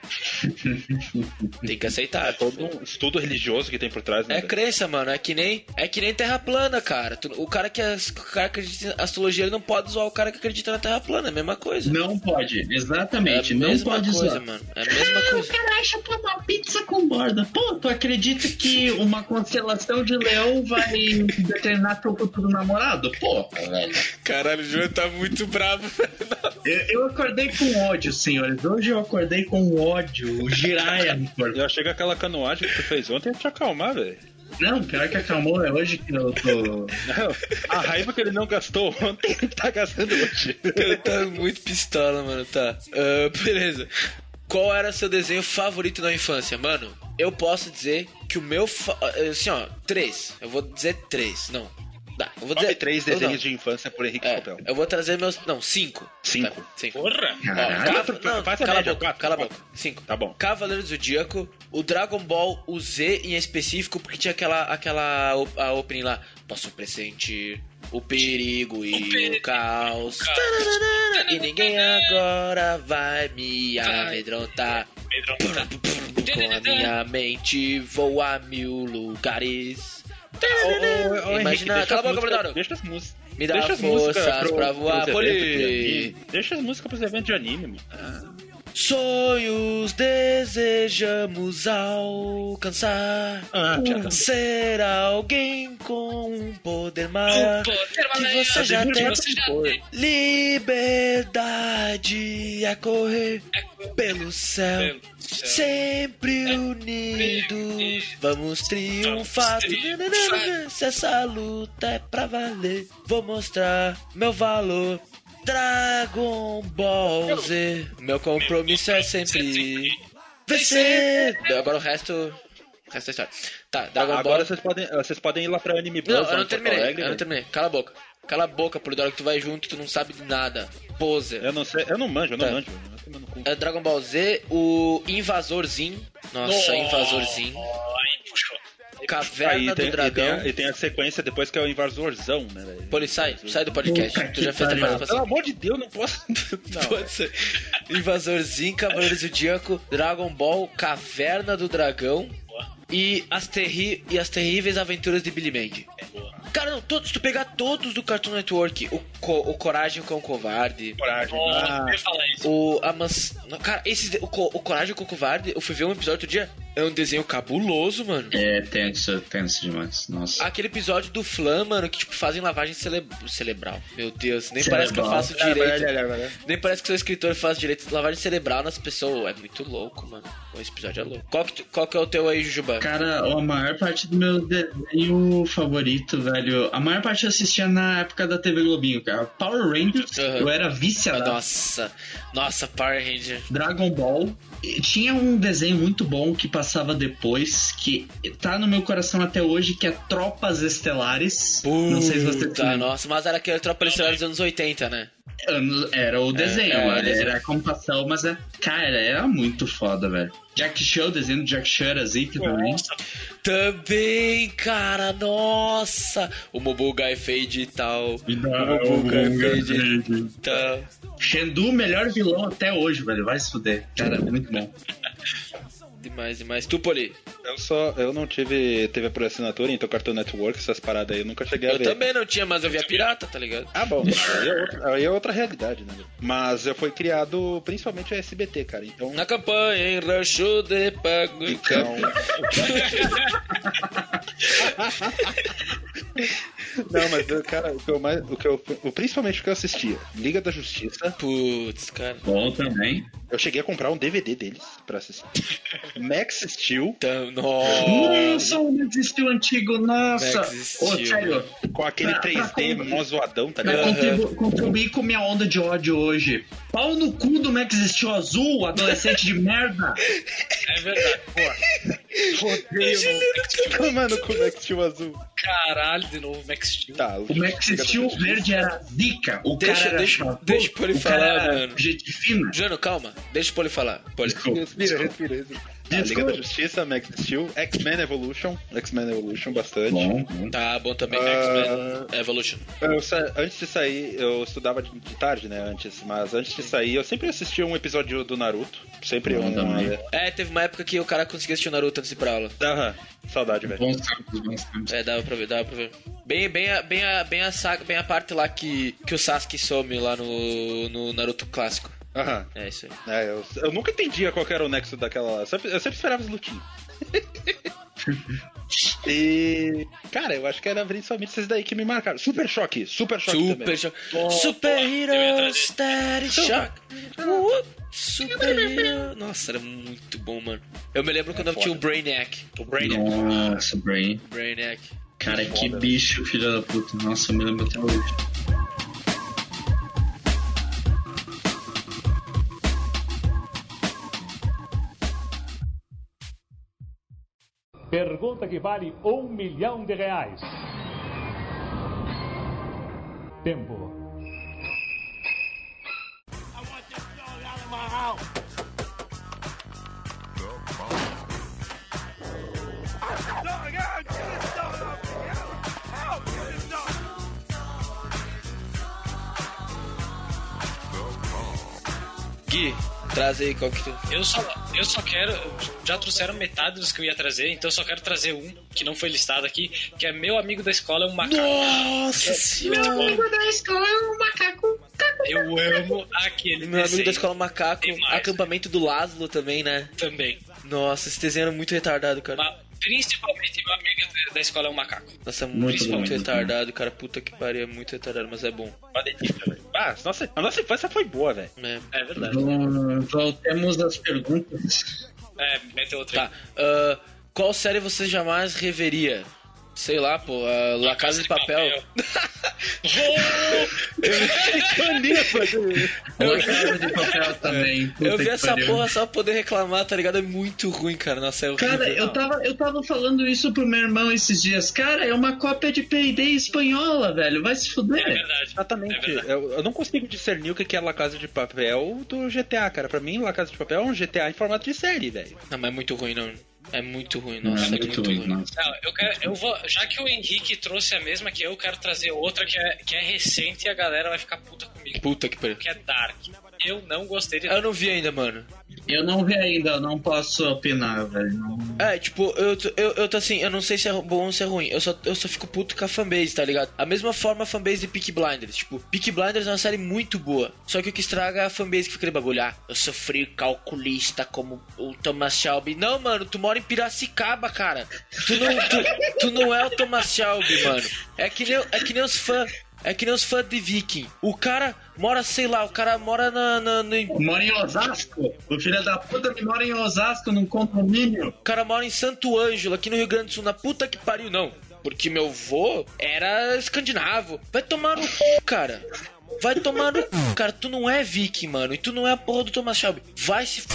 B: tem que aceitar.
F: É todo um estudo religioso que tem por trás, né?
B: É crença, mano. É que nem, é que nem terra plana, cara. Tu- O cara que as- o cara que acredita em astrologia ele não pode zoar o cara que acredita na terra plana. É a mesma coisa.
G: Não pode, exatamente.
B: é a
G: não
B: mesma
G: pode
B: coisa,
G: usar.
B: mano. É a mesma
G: Ah, o
B: coisa.
G: cara acha que é uma pizza com borda. Pô, tu acredita que uma constelação de leão vai determinar teu futuro namorado? Pô, velho.
B: [laughs] Caralho, o João tá muito bravo.
G: Eu, eu acordei com ódio, senhores. Hoje eu acordei com ódio. O Jiraya me acordou.
F: Já chega aquela canoagem que tu fez ontem pra te acalmar, velho.
G: Não, pior que acalmou é hoje que eu tô.
F: Não, A raiva que ele não gastou ontem, ele tá gastando hoje.
B: Ele tá muito pistola, mano. Tá. Ah, beleza. Qual era seu desenho favorito na infância, mano? Eu posso dizer que o meu. Fa... Assim, ó, três. Eu vou dizer três. Não. Dá. Eu vou dizer.
F: Top 3
B: eu não.
F: desenhos de infância por Henrique
B: É,
F: Scopel.
B: eu vou trazer meus. Não, cinco.
F: Cinco.
B: Tá, cinco.
C: Porra!
B: Ó,
G: Caralho.
B: cala-
F: Quatro,
B: não,
F: faz a
B: cala a
F: média,
B: boca,
F: quatro,
B: cala a boca.
F: quatro.
B: Cinco.
F: Tá bom.
B: Cavaleiro do Zodíaco, o Dragon Ball, o Z em específico, porque tinha aquela, aquela op- a opening lá. Posso pressentir o perigo e o,
C: perigo.
B: caos.
C: caos.
B: Tararara, E ninguém agora vai me amedrontar.
C: Pedrão,
B: Pum,
C: tá.
B: pum, pum, Com a minha mente vou a mil lugares.
F: Ô, ô, ô, Henrique,
B: Imagina- cala
F: deixa as
B: a boca,
F: músicas-
B: Bernardo.
F: Deixa as músicas.
B: Me dá
F: deixa as
B: forças
F: músicas pro-
B: pra voar,
F: pros eventos de
B: Poli.
F: anime. Deixa as músicas pros eventos de anime, mano.
B: Sonhos desejamos alcançar. Um
F: Ah, piada.
B: Ser alguém com um poder maior. que você já
F: Ademir,
B: tem.
F: você já tem.
B: Liberdade é correr pelo céu.
C: Pelo céu.
B: Sempre unidos vamos triunfar.
C: triunfar.
B: Se essa luta é pra valer, vou mostrar meu valor. Dragon Ball Z, meu compromisso é sempre vencer. Agora o resto, o resto é história. Tá, Dragon Ball.
F: Agora vocês podem, ah, vocês podem ir lá pra Anime Bros.
B: Não,
F: lá
B: eu
F: em
B: não
F: Porto
B: terminei,
F: tá Alegre,
B: eu não
F: velho.
B: terminei. Cala a boca. Cala a boca, Polidoro, que tu vai junto, tu não sabe de nada. Poser.
F: Eu não sei, eu não manjo, eu não
B: Tá.
F: manjo. velho. Vai tomar no cu.
B: É Dragon Ball Z, o Invasorzinho. Nossa, Invasorzinho.
C: Ai, puxou.
B: Caverna
F: Aí tem,
B: do
F: e, tem
B: Dragão.
F: a, e tem a sequência depois que é o Invasorzão, né, velho?
B: Poli, sai, sai do podcast.
G: Puta
B: tu já
G: que
B: fez a
G: pariu.
B: participação.
F: Pelo amor de Deus, não posso. [laughs]
B: Pode ser. Invasorzinho, Cavaleiros do Zodíaco, Dragon Ball, Caverna do Dragão e as, terri e as Terríveis Aventuras de Billy Mandy. Cara, não, todos, se tu pegar todos do Cartoon Network, o, Co- o Coragem com o Covarde,
F: Coragem. Ah,
C: Nossa, eu ia falar isso.
B: o Amans... não, Cara, esses, de- o, Co- o Coragem com o Covarde, eu fui ver um episódio outro dia, é um desenho cabuloso, mano.
G: É, tenso, tenso demais. Nossa.
B: Aquele episódio do Flam, mano, que tipo fazem lavagem cele- cerebral. Meu Deus, nem
G: Cerebral.
B: parece que eu faço direito. Nem parece que sou escritor e faço direito lavagem cerebral nas pessoas. É muito louco, mano. Esse episódio é louco. Qual que, tu- qual que é o teu aí, Jujuba?
G: Cara, a maior parte do meu desenho favorito, velho. A maior parte eu assistia na época da TV Globinho, cara. Power Rangers,
B: Aham.
G: eu era viciado.
B: Nossa, nossa, Power Ranger.
G: Dragon Ball. E Tinha um desenho muito bom que passava depois, que tá no meu coração até hoje, que é Tropas Estelares. não sei se você
B: Puta,
G: lembra.
B: Nossa, mas era aquele Tropa Estelar dos anos 80, né?
G: Anos- Era
B: É,
G: o desenho,
B: era o
G: era,
B: desenho.
G: era a compação, mas é. Cara, era muito foda, velho. Jack Chan, o desenho do Jack Chan era zica também.
B: Também, cara, nossa. O Mobugai Fade e tal. Tá.
G: E
B: O
G: da- o-
B: Mobugai Fade
G: o-
B: e tal.
G: Xandu, o melhor vilão até hoje, velho. Vai se fuder. Cara, é muito bom.
B: Demais, demais. Tu, Poli?
F: Eu só, eu não tive TV por assinatura, então Cartoon Network, essas paradas aí, eu nunca cheguei a
B: Eu
F: ver.
B: também não tinha, mas eu via pirata, tá ligado?
F: Ah, bom, aí é, outra, aí é outra realidade, né? meu? Mas eu fui criado principalmente a SBT, cara, então...
B: Na campanha, em rancho de pago e
F: Então,
B: campo.
F: não, mas eu, cara, o que eu mais. O que eu, o- principalmente o que eu assistia, Liga da Justiça.
B: Putz, cara.
G: Bom também.
F: Eu cheguei a comprar um DVD deles pra assistir. Max Steel,
B: Então,
G: [laughs]
B: nossa.
G: Nossa, o Max Steel antigo, nossa!
B: Max Steel.
G: Ô, sério,
F: com aquele
G: Pra- pra
F: 3D
G: comprar.
F: mó zoadão, tá
G: pra
B: É,
F: ligado?
G: contribu- contribuir com minha onda de ódio hoje. Pau no cu do Max Steel azul, adolescente
B: [laughs]
G: de merda!
C: É verdade, pô.
F: [laughs] Mano, com o Max Steel azul.
C: Caralho, de novo, Max Steel.
F: Tá,
G: O Max
F: Liga da
G: Steel
F: Justiça.
G: verde era zica. O
B: Deixa-
G: cara era
B: deixa-
G: chavoso,
B: deixa pra ele
G: o
B: falar,
G: cara era
B: mano.
G: Gente fina.
B: Jano, calma. Deixa o Poli falar. Poli.
G: Desculpa,
F: Respira,
G: desculpa.
F: respira, respira. Ah, Liga
G: Desculpa.
F: da Justiça, Max Steel, X-Men Evolution. X-Men Evolution, bastante.
G: Bom, bom.
B: Tá bom também,
F: Ah.
B: X-Men Evolution.
F: Eu sa- antes de sair, eu estudava de de tarde, né? Antes, mas antes de sair, eu sempre assistia um episódio do Naruto. Sempre
G: Bom
F: um.
G: também.
F: né?
B: É, teve uma época que o cara conseguia assistir o Naruto antes de ir pra aula.
F: Aham, saudade, velho.
G: Bons tempos, bons tempos.
B: É, dava pra ver, dava pra ver. Bem, bem, a, bem, a, bem, a, saga, bem a parte lá que, que o Sasuke some lá no, no Naruto clássico.
F: Aham.
B: É isso aí.
F: É, eu, eu nunca entendia qual que era o nexo daquela. Eu sempre, eu sempre esperava os lutinhos. e. Cara, eu acho que era principalmente esses daí que me marcaram. Super choque, super choque
B: Super
F: também.
B: Shock. Super Hero Static Shock. Uh, Super Hero. Nossa, era muito bom, mano. Eu me
F: É
B: lembro quando eu tinha o Brainiac. O Brainiac.
G: Nossa, Brain.
B: Brainiac.
G: Cara, que
B: né?
G: bicho, filho da puta. Nossa, eu me lembro até hoje.
K: Pergunta que vale um milhão de reais. Tempo.
B: Gui, traz aí qual que tu.
C: Eu só, eu só quero. Já trouxeram metade dos que eu ia trazer, então eu só quero trazer um que não foi listado aqui, que é meu amigo da escola é um macaco.
B: Nossa senhora!
D: da escola é um macaco. Caco,
C: Eu amo aquele
B: Meu amigo
C: desenho.
B: da escola macaco,
C: Demais.
B: acampamento do Lázaro também, né?
C: Também.
B: Nossa, esse desenho era muito retardado, cara.
C: Mas, principalmente meu amigo da escola é um macaco.
B: Nossa,
G: Muito
B: muito,
G: bom,
B: muito
G: muito
B: retardado, cara. Puta que pariu, é muito retardado, mas é bom.
F: Uma delícia, velho. Ah, nossa, a nossa infância foi boa, velho.
B: né?
C: É verdade.
G: Vol- Voltemos às perguntas.
C: É, mete outro
B: Tá. ah, qual série você jamais reveria? Sei lá, pô, a La Casa de Papel. né?
G: Eu quero de papel também. puta
B: [laughs] [laughs] Eu vi
G: que
B: essa
G: pariu.
B: porra só pra poder reclamar, tá ligado? É muito ruim, cara. Nossa, é horrível.
G: Cara, eu tava, eu tava falando isso pro meu irmão esses dias. Cara, é uma cópia de P&D espanhola, velho. Vai
C: [laughs]
G: se
C: É
G: fuder.
C: verdade. É
F: Exatamente.
C: verdade.
F: eu, eu não consigo discernir o que que é La Casa de Papel do GTA, cara. Pra mim, La Casa de Papel é um GTA em formato de série, velho.
B: Não, mas é muito ruim, não. É muito ruim,
G: Não,
B: nossa. é muito ruim.
G: nossa.
C: Não, eu quero, eu vou, já que o Henrique trouxe a mesma que eu, eu quero trazer outra que é, que é recente e a galera vai ficar puta comigo,
B: Puta que pariu.
C: que é Dark. Eu não gostei de
B: Eu não vi ainda, mano.
G: Eu não vi ainda, eu não posso opinar, velho. Não-
B: É, tipo, eu, tô- eu, eu tô assim, eu não sei se é bom ou se é ruim. Eu só, eu só fico puto com a fanbase, tá ligado? A mesma forma a fanbase de Peak Blinders. Tipo, Peak Blinders é uma série muito boa. Só que o que estraga é a fanbase que fica aquele bagulho. Ah, eu sou frio calculista como o Thomas Shelby. Não, mano, tu mora em Piracicaba, cara. Tu não, tu, tu não é o Thomas Shelby, mano. É que nem, é que nem os fãs. É que nem os fãs de Viking. O cara mora, sei lá, o cara mora na, na, na-
G: Mora em Osasco? O filho da puta que mora em Osasco num condomínio?
B: O cara mora em Santo Ângelo, aqui no Rio Grande do Sul, na puta que pariu, não. Porque meu vô era escandinavo. Vai tomar no cu, cara. Vai tomar no cu, cara. Tu não é Vicky, mano. E tu não é a porra do Thomas Shelby. Vai se f...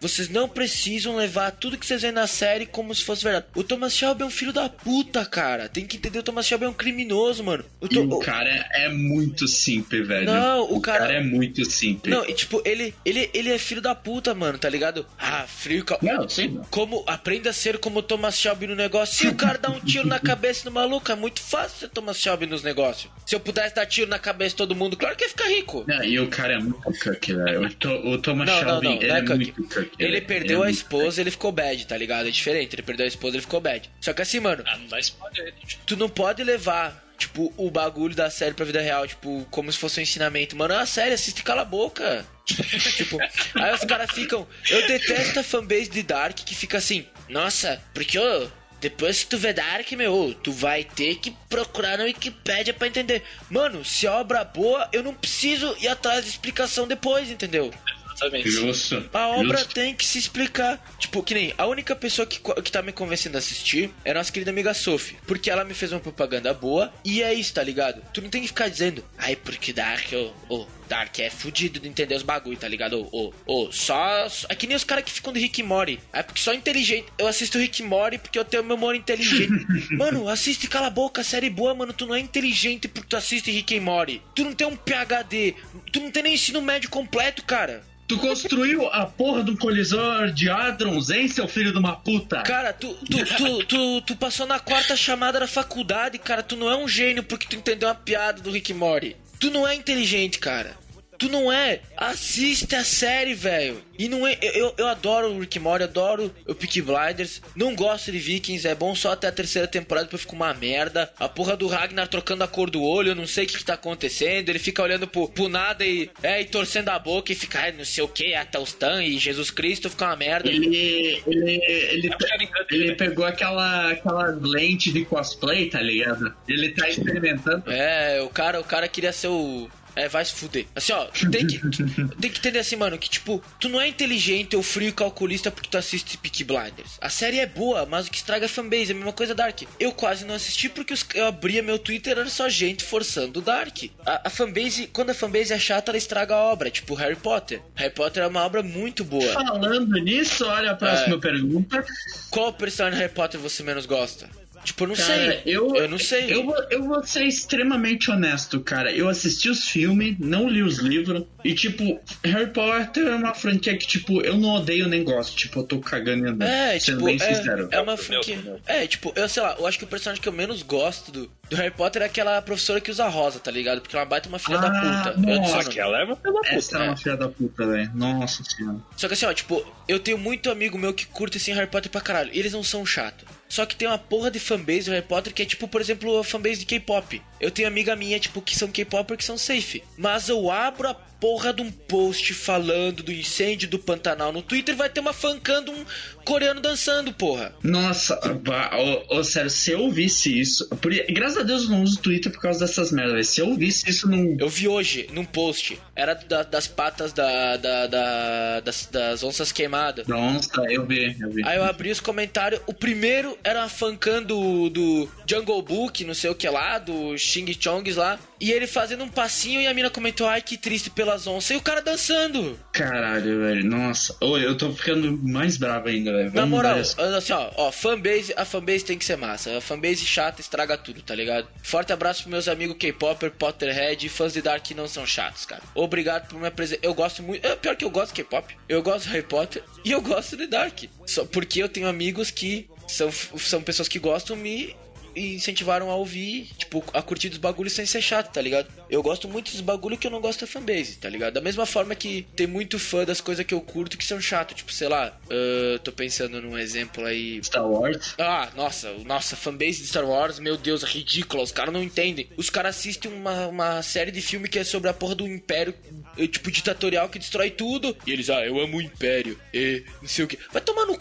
B: Vocês não precisam levar tudo que vocês veem na série como se fosse verdade. O Thomas Shelby é um filho da puta, cara. Tem que entender, o Thomas Shelby é um criminoso, mano. O
G: E
B: Tho-
G: o
B: o-
G: cara é muito simples, velho.
B: Não, o cara-
G: é muito simples.
B: Não, e tipo, ele, ele, ele é filho da puta, mano, tá ligado? Ah, frio e cal...
G: Não, sim, não.
B: Como aprenda a ser como o Thomas Shelby no negócio. Se o cara dá um tiro na cabeça do maluco, é muito fácil ser Thomas Shelby nos negócios. Se eu pudesse dar tiro na cabeça de todo mundo, claro que ia ficar rico.
G: Não, e o cara é muito cuck, velho. O, to, o Thomas
B: Não, não,
G: Shelby
B: não, não
G: ele é,
B: é cuck.
G: muito cuck.
B: Ele
G: velho.
B: perdeu
G: é
B: a
G: muito-
B: esposa, ele ficou bad, tá ligado? É diferente, ele perdeu a esposa, ele ficou bad. Só que assim, mano,
C: Ah, não dá spoiler. aí, gente.
B: tu não pode levar, tipo, o bagulho da série pra vida real, tipo, como se fosse um ensinamento. Mano, é uma série, assiste e cala a boca. [laughs] tipo, aí os caras ficam. Eu detesto a fanbase de Dark que fica assim, nossa, porque ô, Depois que tu vê Dark, meu, tu vai ter que procurar na Wikipédia pra entender. Mano, se a obra é boa, eu não preciso ir atrás de explicação depois, entendeu?
C: Exatamente.
G: Justo.
B: A obra
G: justo.
B: tem que se explicar. Tipo, que nem a única pessoa que, co- que tá me convencendo a assistir é a nossa querida amiga Sophie. Porque ela me fez uma propaganda boa e é isso, tá ligado? Tu não tem que ficar dizendo, ai, porque Dark, ô, ô, Dark é fudido de entender os bagulho, tá ligado? Ô, ô, ô, só. só- É que nem os caras que ficam de Rick e Morty. É porque só inteligente. Eu assisto Rick e Morty porque eu tenho memória inteligente. mano, assiste e cala a boca, série boa, mano. Tu não é inteligente porque tu assiste Rick e Morty. Tu não tem um PhD. Tu não tem nem ensino médio completo, cara.
G: Tu construiu a porra do colisor de Adrons, hein, seu filho de uma puta?
B: Cara, tu, tu, tu, tu, tu passou na quarta chamada da faculdade, cara. Tu não é um gênio porque tu entendeu uma piada do Rick Mori. Tu não é inteligente, cara. Tu não é. Assiste a série, velho. E não é. Eu, eu, eu adoro o Rick Mori, adoro o Peak Blinders. Não gosto de Vikings, é bom só até a terceira temporada porque fica uma merda. A porra do Ragnar trocando a cor do olho, eu não sei o que, que tá acontecendo. Ele fica olhando pro, pro nada e. É, e torcendo a boca e fica, ai, não sei o que, até os Tan e Jesus Cristo fica uma merda.
G: Ele, ele,
B: É
G: ele,
C: quero enganar
B: né?
G: ele pegou aquela, aquela lente de cosplay, tá ligado? Ele tá experimentando.
B: É, o cara, o cara queria ser o. É, vai se fuder. Assim, ó, tem que, tem que entender assim, mano, que tipo, tu não é inteligente ou frio e calculista porque tu assiste Peak Blinders. A série é boa, mas o que estraga é fanbase, é a mesma coisa Dark. Eu quase não assisti porque os- eu abria meu Twitter era só gente forçando o Dark. A, a fanbase, quando a fanbase é chata, ela estraga a obra, tipo Harry Potter. Harry Potter é uma obra muito boa.
G: Falando nisso, olha a
B: É.
G: próxima pergunta.
B: Qual personagem de Harry Potter você menos gosta? Tipo, eu não
G: Cara,
B: sei.
G: eu,
B: eu não sei.
G: Eu vou, eu vou ser extremamente honesto, cara. Eu assisti os filmes, não li os livros. E, tipo, Harry Potter é uma franquia que, tipo, eu não odeio nem gosto. Tipo, eu tô cagando e andando.
B: É,
G: sendo
B: tipo,
G: bem
B: é,
G: sincero.
B: é uma franquia. É, tipo, eu sei lá, eu acho que o personagem que eu menos gosto do, do Harry Potter é aquela professora que usa rosa, tá ligado? Porque ela baita uma filha da
G: Ah,
B: puta. Eu não sei o
G: nossa.
B: nome.
F: Ela é uma filha da puta.
G: Essa é uma filha da puta, velho. Nossa senhora.
B: Só que assim, ó, tipo, eu tenho muito amigo meu que curte assim Harry Potter pra caralho. E eles não são chato. Só que tem uma porra de fanbase do Harry Potter que é tipo, por exemplo, a fanbase de K-pop. Eu tenho amiga minha, tipo, que são K-popper que são safe. Mas eu abro a porra de um post falando do incêndio do Pantanal no Twitter vai ter uma fancando um coreano dançando, porra.
G: Nossa, ba- ô, ô, sério, se eu visse isso. por- graças a Deus eu não uso Twitter por causa dessas merdas. velho. Se eu visse isso num.
B: Eu vi hoje, num post, era da- das patas da, da- da- das, das onças queimadas.
G: Nossa, tá, eu vi, eu vi.
B: Aí eu abri os comentários. O primeiro era uma fancam do, do Jungle Book, não sei o que lá, do Xing Chongs lá. E ele fazendo um passinho e a mina comentou: Ai, que triste pelas onças. E o cara dançando.
G: Caralho, velho. Nossa. Ô, eu tô ficando mais bravo ainda, velho.
B: Na
G: Vamos
B: moral,
G: dar essa-
B: assim, ó, ó, fanbase, a fanbase tem que ser massa. A fanbase chata estraga tudo, tá ligado? Forte abraço pros meus amigos K-Popper, Potterhead e fãs de Dark que não são chatos, cara. Obrigado por me apresentar. Eu gosto muito. é, pior que eu gosto de K-pop, eu gosto de Harry Potter e eu gosto de Dark. Só porque eu tenho amigos que são, são pessoas que gostam me e incentivaram a ouvir, tipo, a curtir dos bagulhos sem ser chato, tá ligado? Eu gosto muito dos bagulhos que eu não gosto da fanbase, tá ligado? Da mesma forma que tem muito fã das coisas que eu curto que são chato, tipo, sei lá, ah, tô pensando num exemplo aí.
G: Star Wars.
B: Ah, nossa, nossa, fanbase de Star Wars, meu Deus, é ridícula, os caras não entendem. Os caras assistem uma, uma série de filme que é sobre a porra do império, eh, tipo, ditatorial que destrói tudo. E eles, ah, eu amo o império, e não sei o que. Vai tomar no c...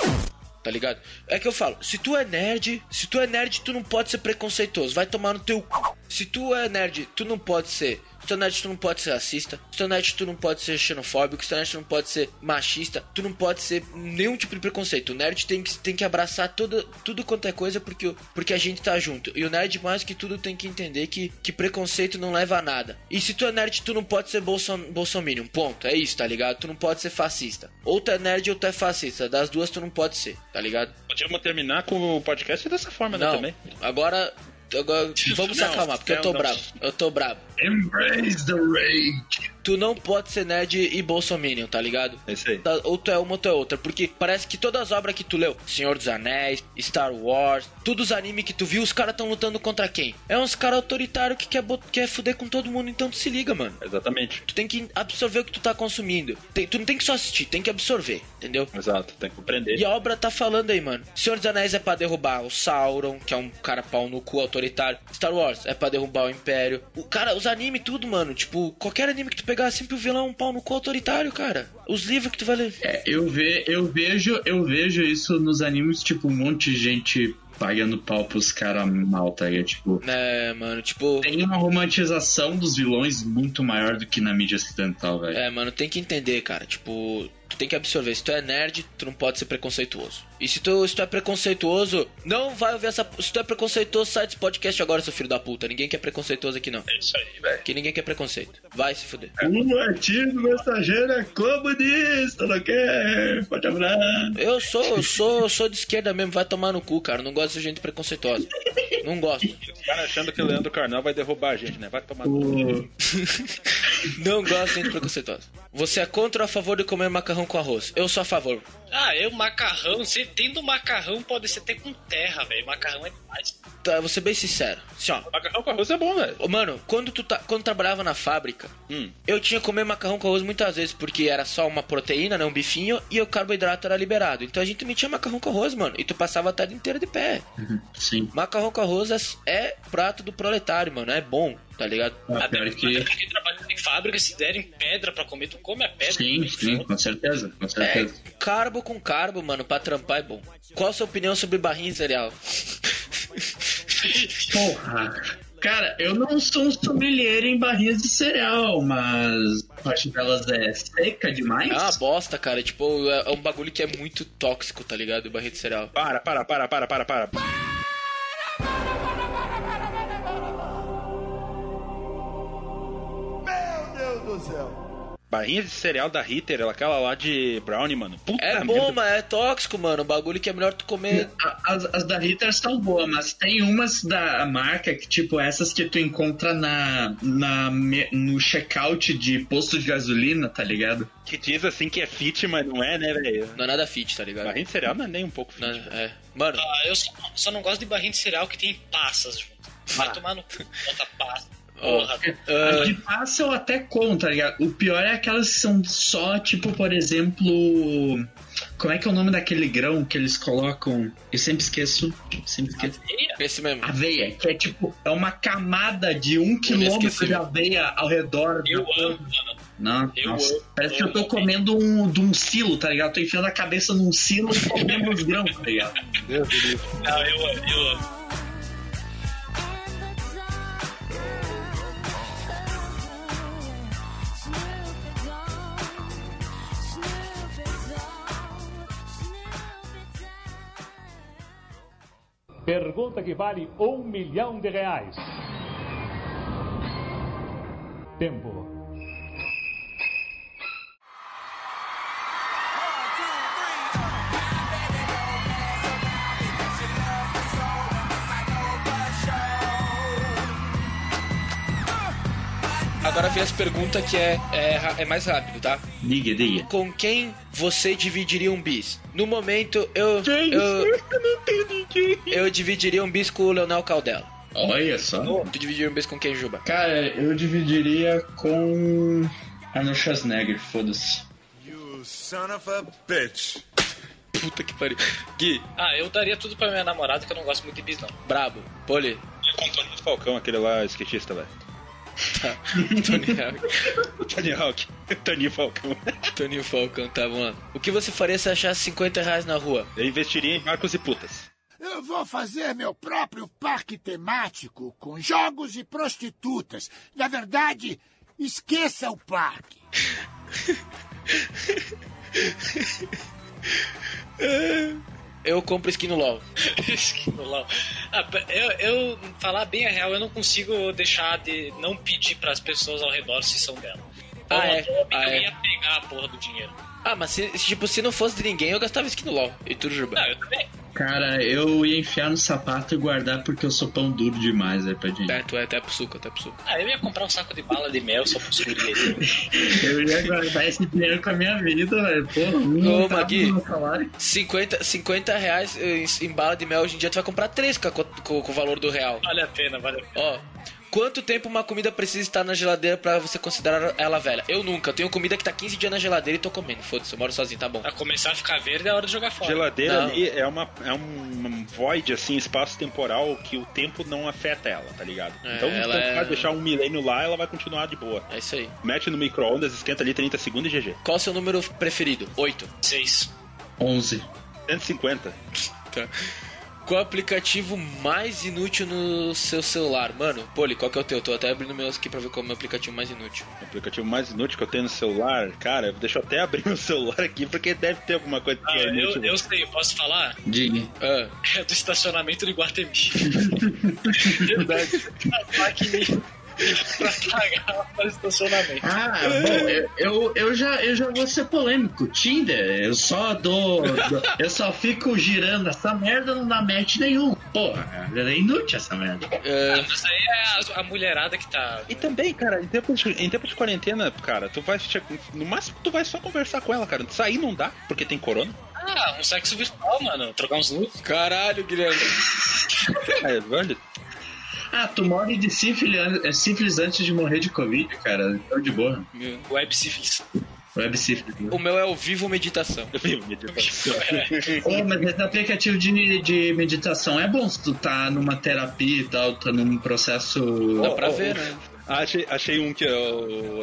B: Tá ligado? É que eu falo, se tu é nerd, se tu é nerd, tu não pode ser preconceituoso, vai tomar no teu c... Se tu é nerd, tu não pode ser. Se tu é nerd, tu não pode ser racista. Se tu é nerd, tu não pode ser xenofóbico. Se tu é nerd, tu não pode ser machista. Tu não pode ser nenhum tipo de preconceito. O nerd tem que, tem que abraçar tudo, tudo quanto é coisa porque, o- porque a gente tá junto. E o nerd, mais que tudo, tem que entender que, que preconceito não leva a nada. E se tu é nerd, tu não pode ser bolson, bolsominion. Ponto. É isso, tá ligado? Tu não pode ser fascista. Ou tu é nerd ou tu é fascista. Das duas, tu não pode ser, tá ligado?
F: Podíamos terminar com o podcast dessa forma, né,
B: Não.
F: também.
B: Agora. agora vamos se
F: Não,
B: acalmar, porque eu
F: não,
B: tô
F: não.
B: bravo. Eu tô bravo.
G: Embrace the Rage.
B: tu não pode ser nerd e bolsominion, tá ligado?
F: É isso aí.
B: Tá- Ou tu é uma ou tu é outra, porque parece que todas as obras que tu leu, Senhor dos Anéis, Star Wars, todos os animes que tu viu, os caras estão lutando contra quem? É uns caras autoritários que quer, bot- quer fuder com todo mundo, então tu se liga, mano.
F: Exatamente.
B: Tu tem que absorver o que tu tá consumindo. Tem- tu não tem que só assistir, tem que absorver, entendeu?
F: Exato, tem que compreender.
B: E a obra tá falando aí, mano. Senhor dos Anéis é pra derrubar o Sauron, que é um cara pau no cu autoritário. Star Wars é pra derrubar o Império. O cara, os anime tudo, mano. Tipo, qualquer anime que tu pegar, sempre o vilão é um pau no cu autoritário, cara. Os livros que tu vai ler.
G: É, eu, ve, eu, vejo, eu vejo isso nos animes, tipo, um monte de gente pagando pau pros caras mal, tá ligado? Tipo,
B: É, mano, tipo.
G: tem uma romantização dos vilões muito maior do que na mídia ocidental, velho.
B: É, mano, tem que entender, cara. Tipo, tu tem que absorver. Se tu é nerd, tu não pode ser preconceituoso. E se tu, se tu é preconceituoso, não vai ouvir essa. Se tu é preconceituoso, sai desse podcast agora, seu filho da puta. Ninguém quer preconceituoso aqui, não.
F: É isso aí, velho.
B: Aqui ninguém quer preconceito. Vai se fuder.
G: O artigo Um mensageiro é comunista, não quer? Forte abraço.
B: Eu sou, eu sou, eu sou de esquerda mesmo, vai tomar no cu, cara. Não gosto de gente preconceituosa. Não gosto.
F: Os caras achando que o Leandro Carnal vai derrubar a gente, né? Vai tomar. no cu.
G: O-
B: Não gosto de gente preconceituosa. Você é contra ou a favor de comer macarrão com arroz? Eu sou a favor.
C: Ah, eu macarrão, você tendo macarrão pode ser até com terra, velho. Macarrão é demais.
B: Tá, vou ser bem sincero. Assim, ó.
F: Macarrão com arroz é bom, velho.
B: Ô, Mano, quando tu tá, quando trabalhava na fábrica,
F: Hum.
B: eu tinha que comer macarrão com arroz muitas vezes, porque era só uma proteína, né? Um bifinho, e o carboidrato era liberado. Então a gente também tinha macarrão com arroz, mano. E tu passava a tarde inteira de pé.
G: Sim,
B: Macarrão com arroz é, é prato do proletário, mano. É bom, tá ligado?
G: ah, pior que.
C: Porque trabalhando em fábrica, se derem pedra pra comer, tu come a pedra.
G: Sim, sim, com certeza, com
B: É,
G: certeza.
B: carbo com carbo, mano, pra trampar é bom. Qual a sua opinião sobre barrinha e cereal? [laughs]
G: É. Porra. Cara, eu não sou um sommelier em barrinhas de cereal, mas parte delas é seca demais.
B: É uma bosta, cara. Tipo, é é um bagulho que é muito tóxico, tá ligado? Barrinha de cereal.
F: Para, para, para, para, para, para.
J: Meu Deus do céu.
F: Barrinha de cereal da Ritter, aquela lá de Brownie, mano. Puta
B: É bom,
F: merda.
B: mas é tóxico, mano. Um bagulho que é melhor tu comer.
G: A- As, as da Ritter são boas, mas tem umas da marca que, tipo, essas que tu encontra na, na, me- no checkout de posto de gasolina, tá ligado?
F: Que diz assim que é fit, mas não é, né, velho?
B: Não é nada fit, tá ligado?
F: Barrinha de cereal não é nem um pouco fit.
B: Não, é. Mano,
C: Ah, eu só, só não gosto de barrinha de cereal que tem passas junto. Vai tomar no cu, bota pasta.
B: Ó,
C: Porra,
B: ah,
G: As que passa eu até conto, tá ligado? O pior é aquelas que são só, tipo, por exemplo. Como é que é o nome daquele grão que eles colocam? Eu sempre esqueço. Sempre esqueço.
B: esse mesmo.
G: Aveia, que é tipo, é uma camada de um quilômetro
B: esqueci.
G: de aveia ao redor
C: eu
G: do-
C: amo, mano.
G: Não,
C: Eu
G: nossa,
C: amo.
G: parece que eu
C: Eu
G: tô
C: amo.
G: comendo um, de um silo, tá ligado? Tô enfiando a cabeça num silo e comendo os grãos, tá ligado?
C: Não, Ah, eu amo, eu amo.
K: Pergunta que vale um milhão de reais. Tempo.
B: Agora vem as perguntas que é, é, ra- é mais rápido, tá?
G: Diga, diga.
B: Com quem você dividiria um bis? No momento, eu. eu, eu dividiria um bis com o Leonel Caldela.
G: Olha só.
B: Tu dividiria um bis com quem, Juba? [laughs]
G: Cara, eu dividiria com. Arnold Schwarzenegger, foda-se.
B: Puta que pariu. Gui,
C: Ah, eu daria tudo pra minha namorada, que eu não gosto muito de bis, não. [laughs]
B: brabo. Poli.
F: E com o Tony Falcão, aquele lá skatista, velho.
B: Tá. Tony Hawk.
F: Tony Hawk. [laughs] Tony Falcão.
B: Toninho Falcão, tá, vamos lá. O que você faria se achasse 50 reais na rua?
F: Eu investiria em barcos e putas.
J: Eu vou fazer meu próprio parque temático com jogos e prostitutas. Na verdade, esqueça o parque.
B: Eu compro skin no LOL.
C: Esquilo lá. Ah, eu, eu, falar bem a real, eu não consigo deixar de não pedir pras pessoas ao redor se são dela. Então,
B: Ah, é?
C: eu,
B: Ah,
C: eu
B: é.
C: ia pegar a porra do dinheiro.
B: Ah, mas se, se, tipo, se não fosse de ninguém, eu gastava skin no LOL. E tudo Juba.
C: Não, eu também.
G: Cara, eu ia enfiar no sapato e guardar porque eu sou pão duro demais, né, pra gente.
B: É, tu é até pro suco, até pro suco.
C: Ah, eu ia comprar um saco de bala de mel só
B: [laughs]
C: pro suco
G: Eu ia guardar esse dinheiro com a minha vida, velho. Porra, um
B: Ô,
G: centavo
B: Magui.
G: do meu salário.
B: 50, 50 reais em, em bala de mel hoje em dia, tu vai comprar três com, a co- com- com o valor do real.
C: Vale a pena, vale a pena.
B: Ó, quanto tempo uma comida precisa estar na geladeira pra você considerar ela velha? Eu nunca. Eu tenho comida que tá 15 dias na geladeira e tô comendo. Foda-se, eu moro sozinho, tá bom.
C: Pra começar a ficar verde é hora de jogar fora.
F: Geladeira
B: Não.
F: ali é, uma, é um void, assim, espaço-temporal que o tempo não afeta ela, tá ligado?
B: É,
F: então,
B: ela
F: tanto
B: é-
F: faz deixar um milênio lá, ela vai continuar de boa.
B: É isso aí.
F: Mete no micro-ondas, esquenta ali 30 segundos e GG.
B: Qual o seu número preferido? 8.
C: Seis.
G: 11.
F: 150.
B: Tá. Qual o aplicativo mais inútil no seu celular? Mano, Poli, qual que é o teu? Tô até abrindo meus aqui pra ver qual é o meu aplicativo mais inútil.
F: O aplicativo mais inútil que eu tenho no celular, cara, deixa eu até abrir [laughs] o celular aqui, porque deve ter alguma coisa que
C: Ah,
F: é inútil.
C: eu, eu sei, posso falar?
G: Diga.
B: Ah,
C: É do estacionamento de Guatemi. As maquininhas pra pagar para estacionamento.
G: Ah, bom, eu, eu, eu já, eu já vou ser polêmico. Tinder, eu só dou. Eu só fico girando essa merda, não dá match nenhum. Porra, é inútil essa merda.
B: ah,
C: Mas aí é a, a mulherada que tá.
F: E também, cara, em tempo, de, em tempo de quarentena, cara, tu vai. che- No máximo, tu vai só conversar com ela, cara. Sair não dá, porque tem corona. [laughs]
C: Ah, um sexo virtual, mano. Trocar uns nudes.
B: caralho, Guilherme.
F: É, velho.
G: Ah, tu morre de sífilis, an- é sífilis antes de morrer de Covid, cara. Então de boa.
C: Web sífilis.
G: Web sífilis. né?
B: O meu é ao vivo meditação.
F: Eu um vivo, me diz.
G: Ô, mas esse aplicativo de, de meditação é bom se tu tá numa terapia e tal, tá num processo.
B: Dá pra
F: oh,
B: ver,
F: oh.
B: né?
F: achei, achei um que eu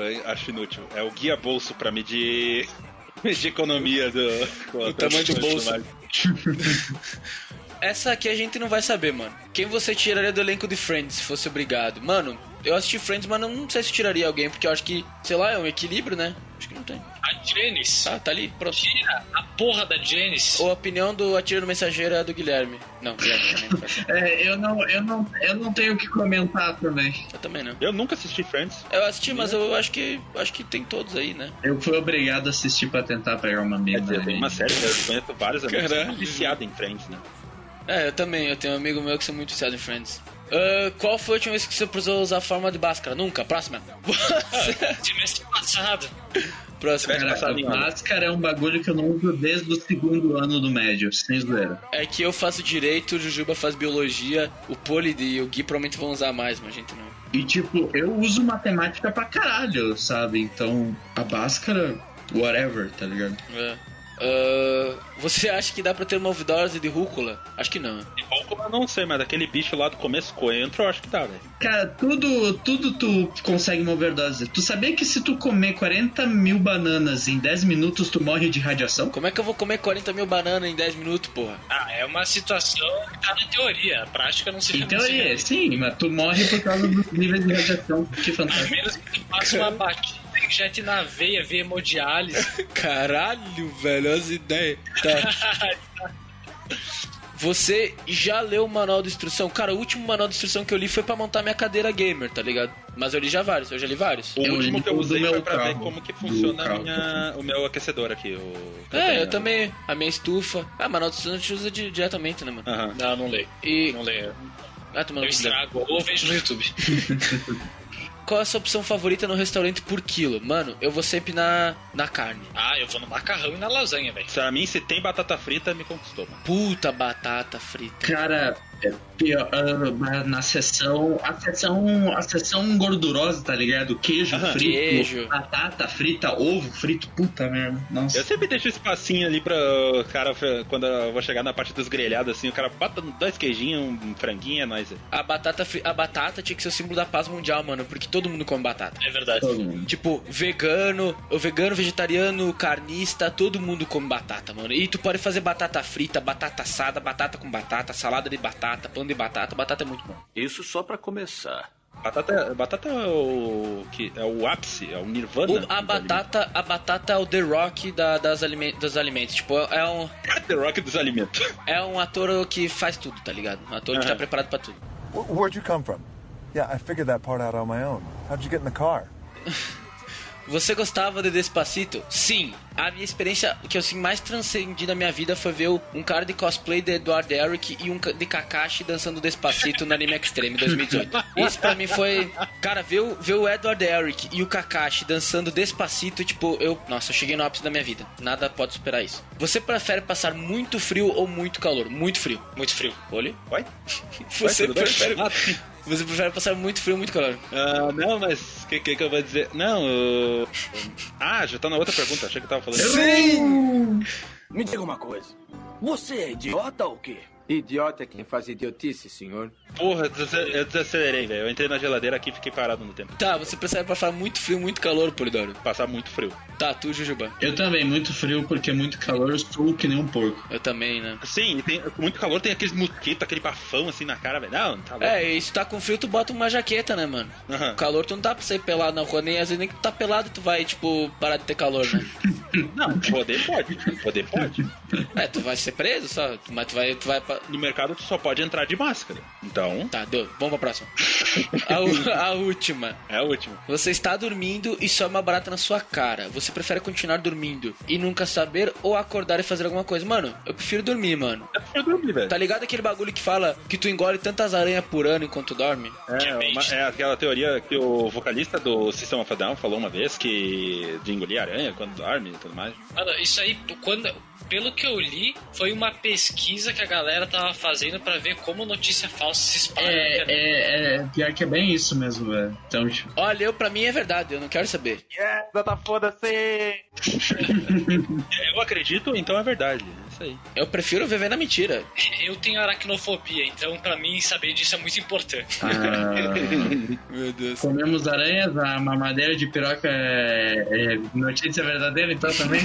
F: eu acho inútil. É o guia bolso pra medir. [laughs] medir economia do.
B: O tamanho do bolso. Essa aqui a gente não vai saber, mano. Quem você tiraria do elenco de Friends, se fosse obrigado? Mano, eu assisti Friends, mas não- não sei se eu tiraria alguém, porque eu acho que, sei lá, é um equilíbrio, né? Acho que não tem.
C: A Janice.
B: Tá, tá ali, pronto.
C: Tira é? a porra da Janice.
B: Ou a opinião do Atira no Mensageiro é a do Guilherme. Não, Guilherme, também não faz.
G: É, eu não, eu não, eu não tenho o que comentar também.
B: eu também não.
F: Eu nunca assisti Friends.
B: Eu assisti, mas eu acho que acho que tem todos aí, né?
G: Eu fui obrigado a assistir pra tentar pegar uma
F: Quer
G: mina.
F: dizer, tem
G: né?
F: uma série, né? eu conheço vários amigos que são
B: Caralho.
F: viciados em Friends, né?
B: É, eu também. Eu tenho um amigo meu que sou muito viciado em Friends. Ah, qual foi a última vez que você precisou usar forma de máscara? Nunca. Próxima. [laughs]
C: Semestre passado.
B: Próxima.
G: Cara, máscara é um bagulho que eu não uso desde o segundo ano do médio, sem zoeira.
B: É que eu faço direito, o Jujuba faz biologia, o Poli e o Gui provavelmente vão usar mais, mas a gente não.
G: E tipo, eu uso matemática pra caralho, sabe? Então, a máscara, whatever, tá ligado?
B: É. Ah, você acha que dá pra ter uma overdose de rúcula? Acho que não.
F: Eu não sei, mas aquele bicho lá do começo coentro, eu acho que dá, velho.
G: Cara, tudo, tudo tu consegue uma overdose. Tu sabia que se tu comer 40 mil bananas em 10 minutos, tu morre de radiação?
B: Como é que eu vou comer 40 mil bananas em 10 minutos, porra?
C: Ah, é uma situação que tá na teoria. A prática não se
G: Em
C: não se
G: teoria, sim, mas tu morre por causa dos níveis de radiação. Que
C: A
G: fantástico.
C: menos É que tu faça uma batida e injete na veia, via hemodiálise.
B: Caralho, velho, as ideias. Tá. [laughs] Você já leu o manual de instrução? Cara, o último manual de instrução que eu li foi pra montar minha cadeira gamer, tá ligado? Mas eu li já vários, eu já li vários.
F: O
G: Eu
F: último
G: li
F: que eu
G: o do
F: usei
G: meu
F: foi pra ver
G: carro.
F: como que
G: Do
F: funciona a
G: carro.
F: minha, o meu aquecedor aqui. O... que
B: É,
F: tenho.
B: eu também. A minha estufa. Ah, manual de instrução a gente usa di- diretamente, né, mano?
F: Aham.
C: Não, não leio.
B: E.
C: Não leio.
B: Ah, tu
C: Eu
B: mandou
C: estrago ou vejo no YouTube.
B: Qual é a sua opção favorita no restaurante por quilo? Mano, eu vou sempre na, na carne.
C: Ah, eu vou no macarrão e na lasanha, velho.
F: Pra mim, se tem batata frita, me conquistou, mano.
B: Puta batata frita.
G: Cara, é pior, ah, mas na sessão. A sessão. A sessão gordurosa, tá ligado? Queijo
F: Aham.
G: frito,
B: Queijo.
G: batata frita, ovo frito, puta merda. Nossa.
F: Eu sempre deixo espacinho ali pra o cara, quando eu vou chegar na parte dos grelhados, assim, o cara bota dois queijinhos, um franguinho, é nóis.
B: A batata, fri- a batata tinha que ser o símbolo da paz mundial, mano, porque todo mundo come batata.
C: É verdade.
G: Todo mundo.
B: Tipo, vegano, o vegano, vegetariano, carnista, todo mundo come batata, mano. E tu pode fazer batata frita, batata assada, batata com batata, salada de batata, pão de batata, batata é muito bom.
L: Isso só pra começar.
F: Batata, batata é, o, que é o ápice, é o nirvana.
B: O- a
F: dos
B: batata, a batata é o The Rock da- das alime- dos alimentos. Tipo, é um,
F: alimentos. [laughs] The Rock dos alimentos.
B: é um ator que faz tudo, tá ligado? Um ator que tá
F: Aham.
B: preparado pra tudo.
L: Where'd you come from? Yeah, I figured that part out on my own. How'd you get in the car?
B: Você gostava de Despacito? Sim. A minha experiência, o que eu assim, mais transcendi na minha vida foi ver um cara de cosplay de Eduardo Eric e um ca- de Kakashi dançando Despacito no Anime Extreme 2018. Isso pra mim foi... Cara, ver o, ver o Edward Eric e o Kakashi dançando Despacito, tipo, eu... Nossa, eu cheguei no ápice da minha vida. Nada pode superar isso. Você prefere passar muito frio ou muito calor? Muito frio.
C: Muito frio. né?
B: Olha.
F: Oi?
B: Você
F: Oi, tudo bem?
B: prefere...
F: Ah, sim.
B: Você prefere passar muito frio ou muito calor?
F: Ah, não, mas o que, que, que eu vou dizer? Não, eu... Ah, já tá na outra pergunta, achei que eu tava falando.
L: Me diga uma coisa. Você é idiota ou quê? Idiota é quem faz idiotice, senhor.
F: Porra, eu dese- eu desacelerei, velho. Eu entrei na geladeira aqui e fiquei parado no tempo.
B: Tá, você prefere passar muito frio ou muito calor, Polidoro?
F: Passar muito frio.
B: Tá, tu, Jujuba.
G: Eu também, muito frio, porque muito calor, eu sou que nem um porco.
B: Eu também, né?
F: Sim, e tem, com muito calor tem aqueles mosquitos, aquele bafão assim na cara, velho. Não, tá louco.
B: É, e se tá com frio, tu bota uma jaqueta, né, mano?
F: Aham.
B: O calor, tu não tá pra sair pelado na rua, nem às vezes nem que tu tá pelado, tu vai, tipo, parar de ter calor, né?
F: Não, poder [laughs] pode. Poder pode.
B: é, tu vai ser preso, só, mas tu vai, tu vai pra...
F: No mercado tu só pode entrar de máscara. Então,
B: Tá, deu, vamos pra próxima. A, u- a última.
F: é a última.
B: Você está dormindo e só é uma barata na sua cara. Você prefere continuar dormindo e nunca saber ou acordar e fazer alguma coisa? Mano, eu prefiro dormir, mano.
F: Eu dormi, velho.
B: Tá ligado aquele bagulho que fala que tu engole tantas aranhas por ano enquanto dorme?
F: É, uma- é aquela teoria que o vocalista do System of a Down falou uma vez que de engolir aranha quando dorme e tudo mais.
C: Mano, isso aí, quando, pelo que eu li, foi uma pesquisa que a galera tava fazendo pra ver como notícia falsa se espalha.
G: É, é, é, pior que é bem isso mesmo, velho.
B: [laughs]
G: Então, tipo,
B: Olha, eu pra mim é verdade, eu não quero saber.
F: Eu acredito, então é verdade. É isso aí.
B: Eu prefiro viver na mentira.
C: Eu tenho aracnofobia, então pra mim saber disso é muito importante.
G: ah,
B: Meu Deus.
G: comemos aranhas, a mamadeira de piroca é, é notícia verdadeira, então
B: [laughs]
G: também.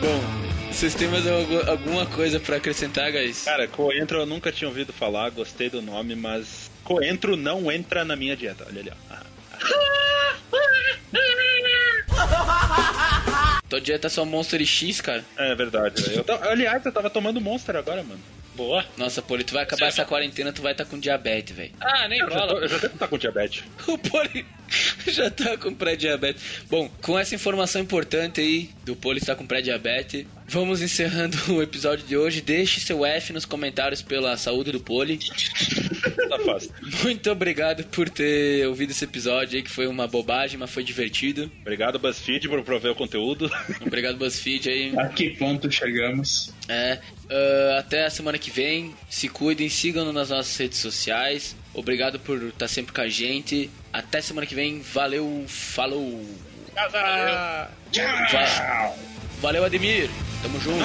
B: Bom, vocês têm mais algu- alguma coisa pra acrescentar, guys?
F: Cara, coentro eu nunca tinha ouvido falar, gostei do nome, mas coentro não entra na minha dieta. Olha ali, ó. Ah,
B: Tô Todo dia tá só Monster X, cara.
F: É verdade. Eu tava- aliás, eu tava tomando Monster agora, mano.
C: Boa.
B: Nossa, Poli, tu vai acabar essa quarentena, tu vai estar tá com diabetes, velho. [laughs]
C: Ah, nem
F: Eu já, tô,
C: rola.
F: eu já devo estar com diabetes.
B: O Poli [laughs] já tá com pré-diabetes. Bom, com essa informação importante aí do Poli estar com pré-diabetes, vamos encerrando [laughs] o episódio de hoje. Deixe seu F nos comentários pela saúde do Poli.
F: Tá fácil.
B: Muito obrigado por ter ouvido esse episódio aí, que foi uma bobagem, mas foi divertido.
F: Obrigado, BuzzFeed, por prover o conteúdo.
B: Obrigado, BuzzFeed aí.
G: A que ponto chegamos?
B: É, ah, até a semana que vem. Se cuidem, sigam-nos nas nossas redes sociais. Obrigado por estar sempre com a gente. Até semana que vem. Valeu, falou. Va- Valeu, Ademir. Tamo junto.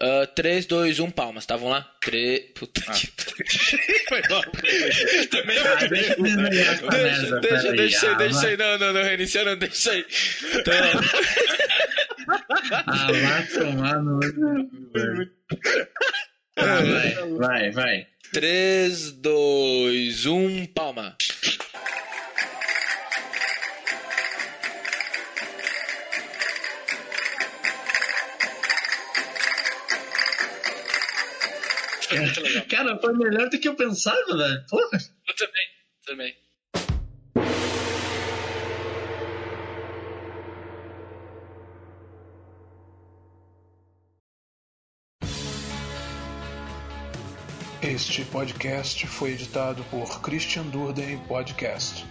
B: Ah, 3, 2, 1, palmas, tá? Vamos lá? 3. Puta que
G: [laughs]
F: Foi mal. Também
G: Ah, deixa eu desenhar essa merda,
B: Deixa, deixa,
G: peraí.
B: deixa aí,
G: Ah,
B: deixa
G: vai.
B: aí. Não, não, não, reinicia, não, deixa aí. Então,
G: [laughs] Ah, vai tomar no. Ah, vai, vai, vai.
B: 3, 2, 1, palma.
F: [laughs]
G: Cara, foi melhor do que eu pensava, velho. Porra.
C: Eu também, também.
M: Este podcast foi editado por Christian Durden Podcast.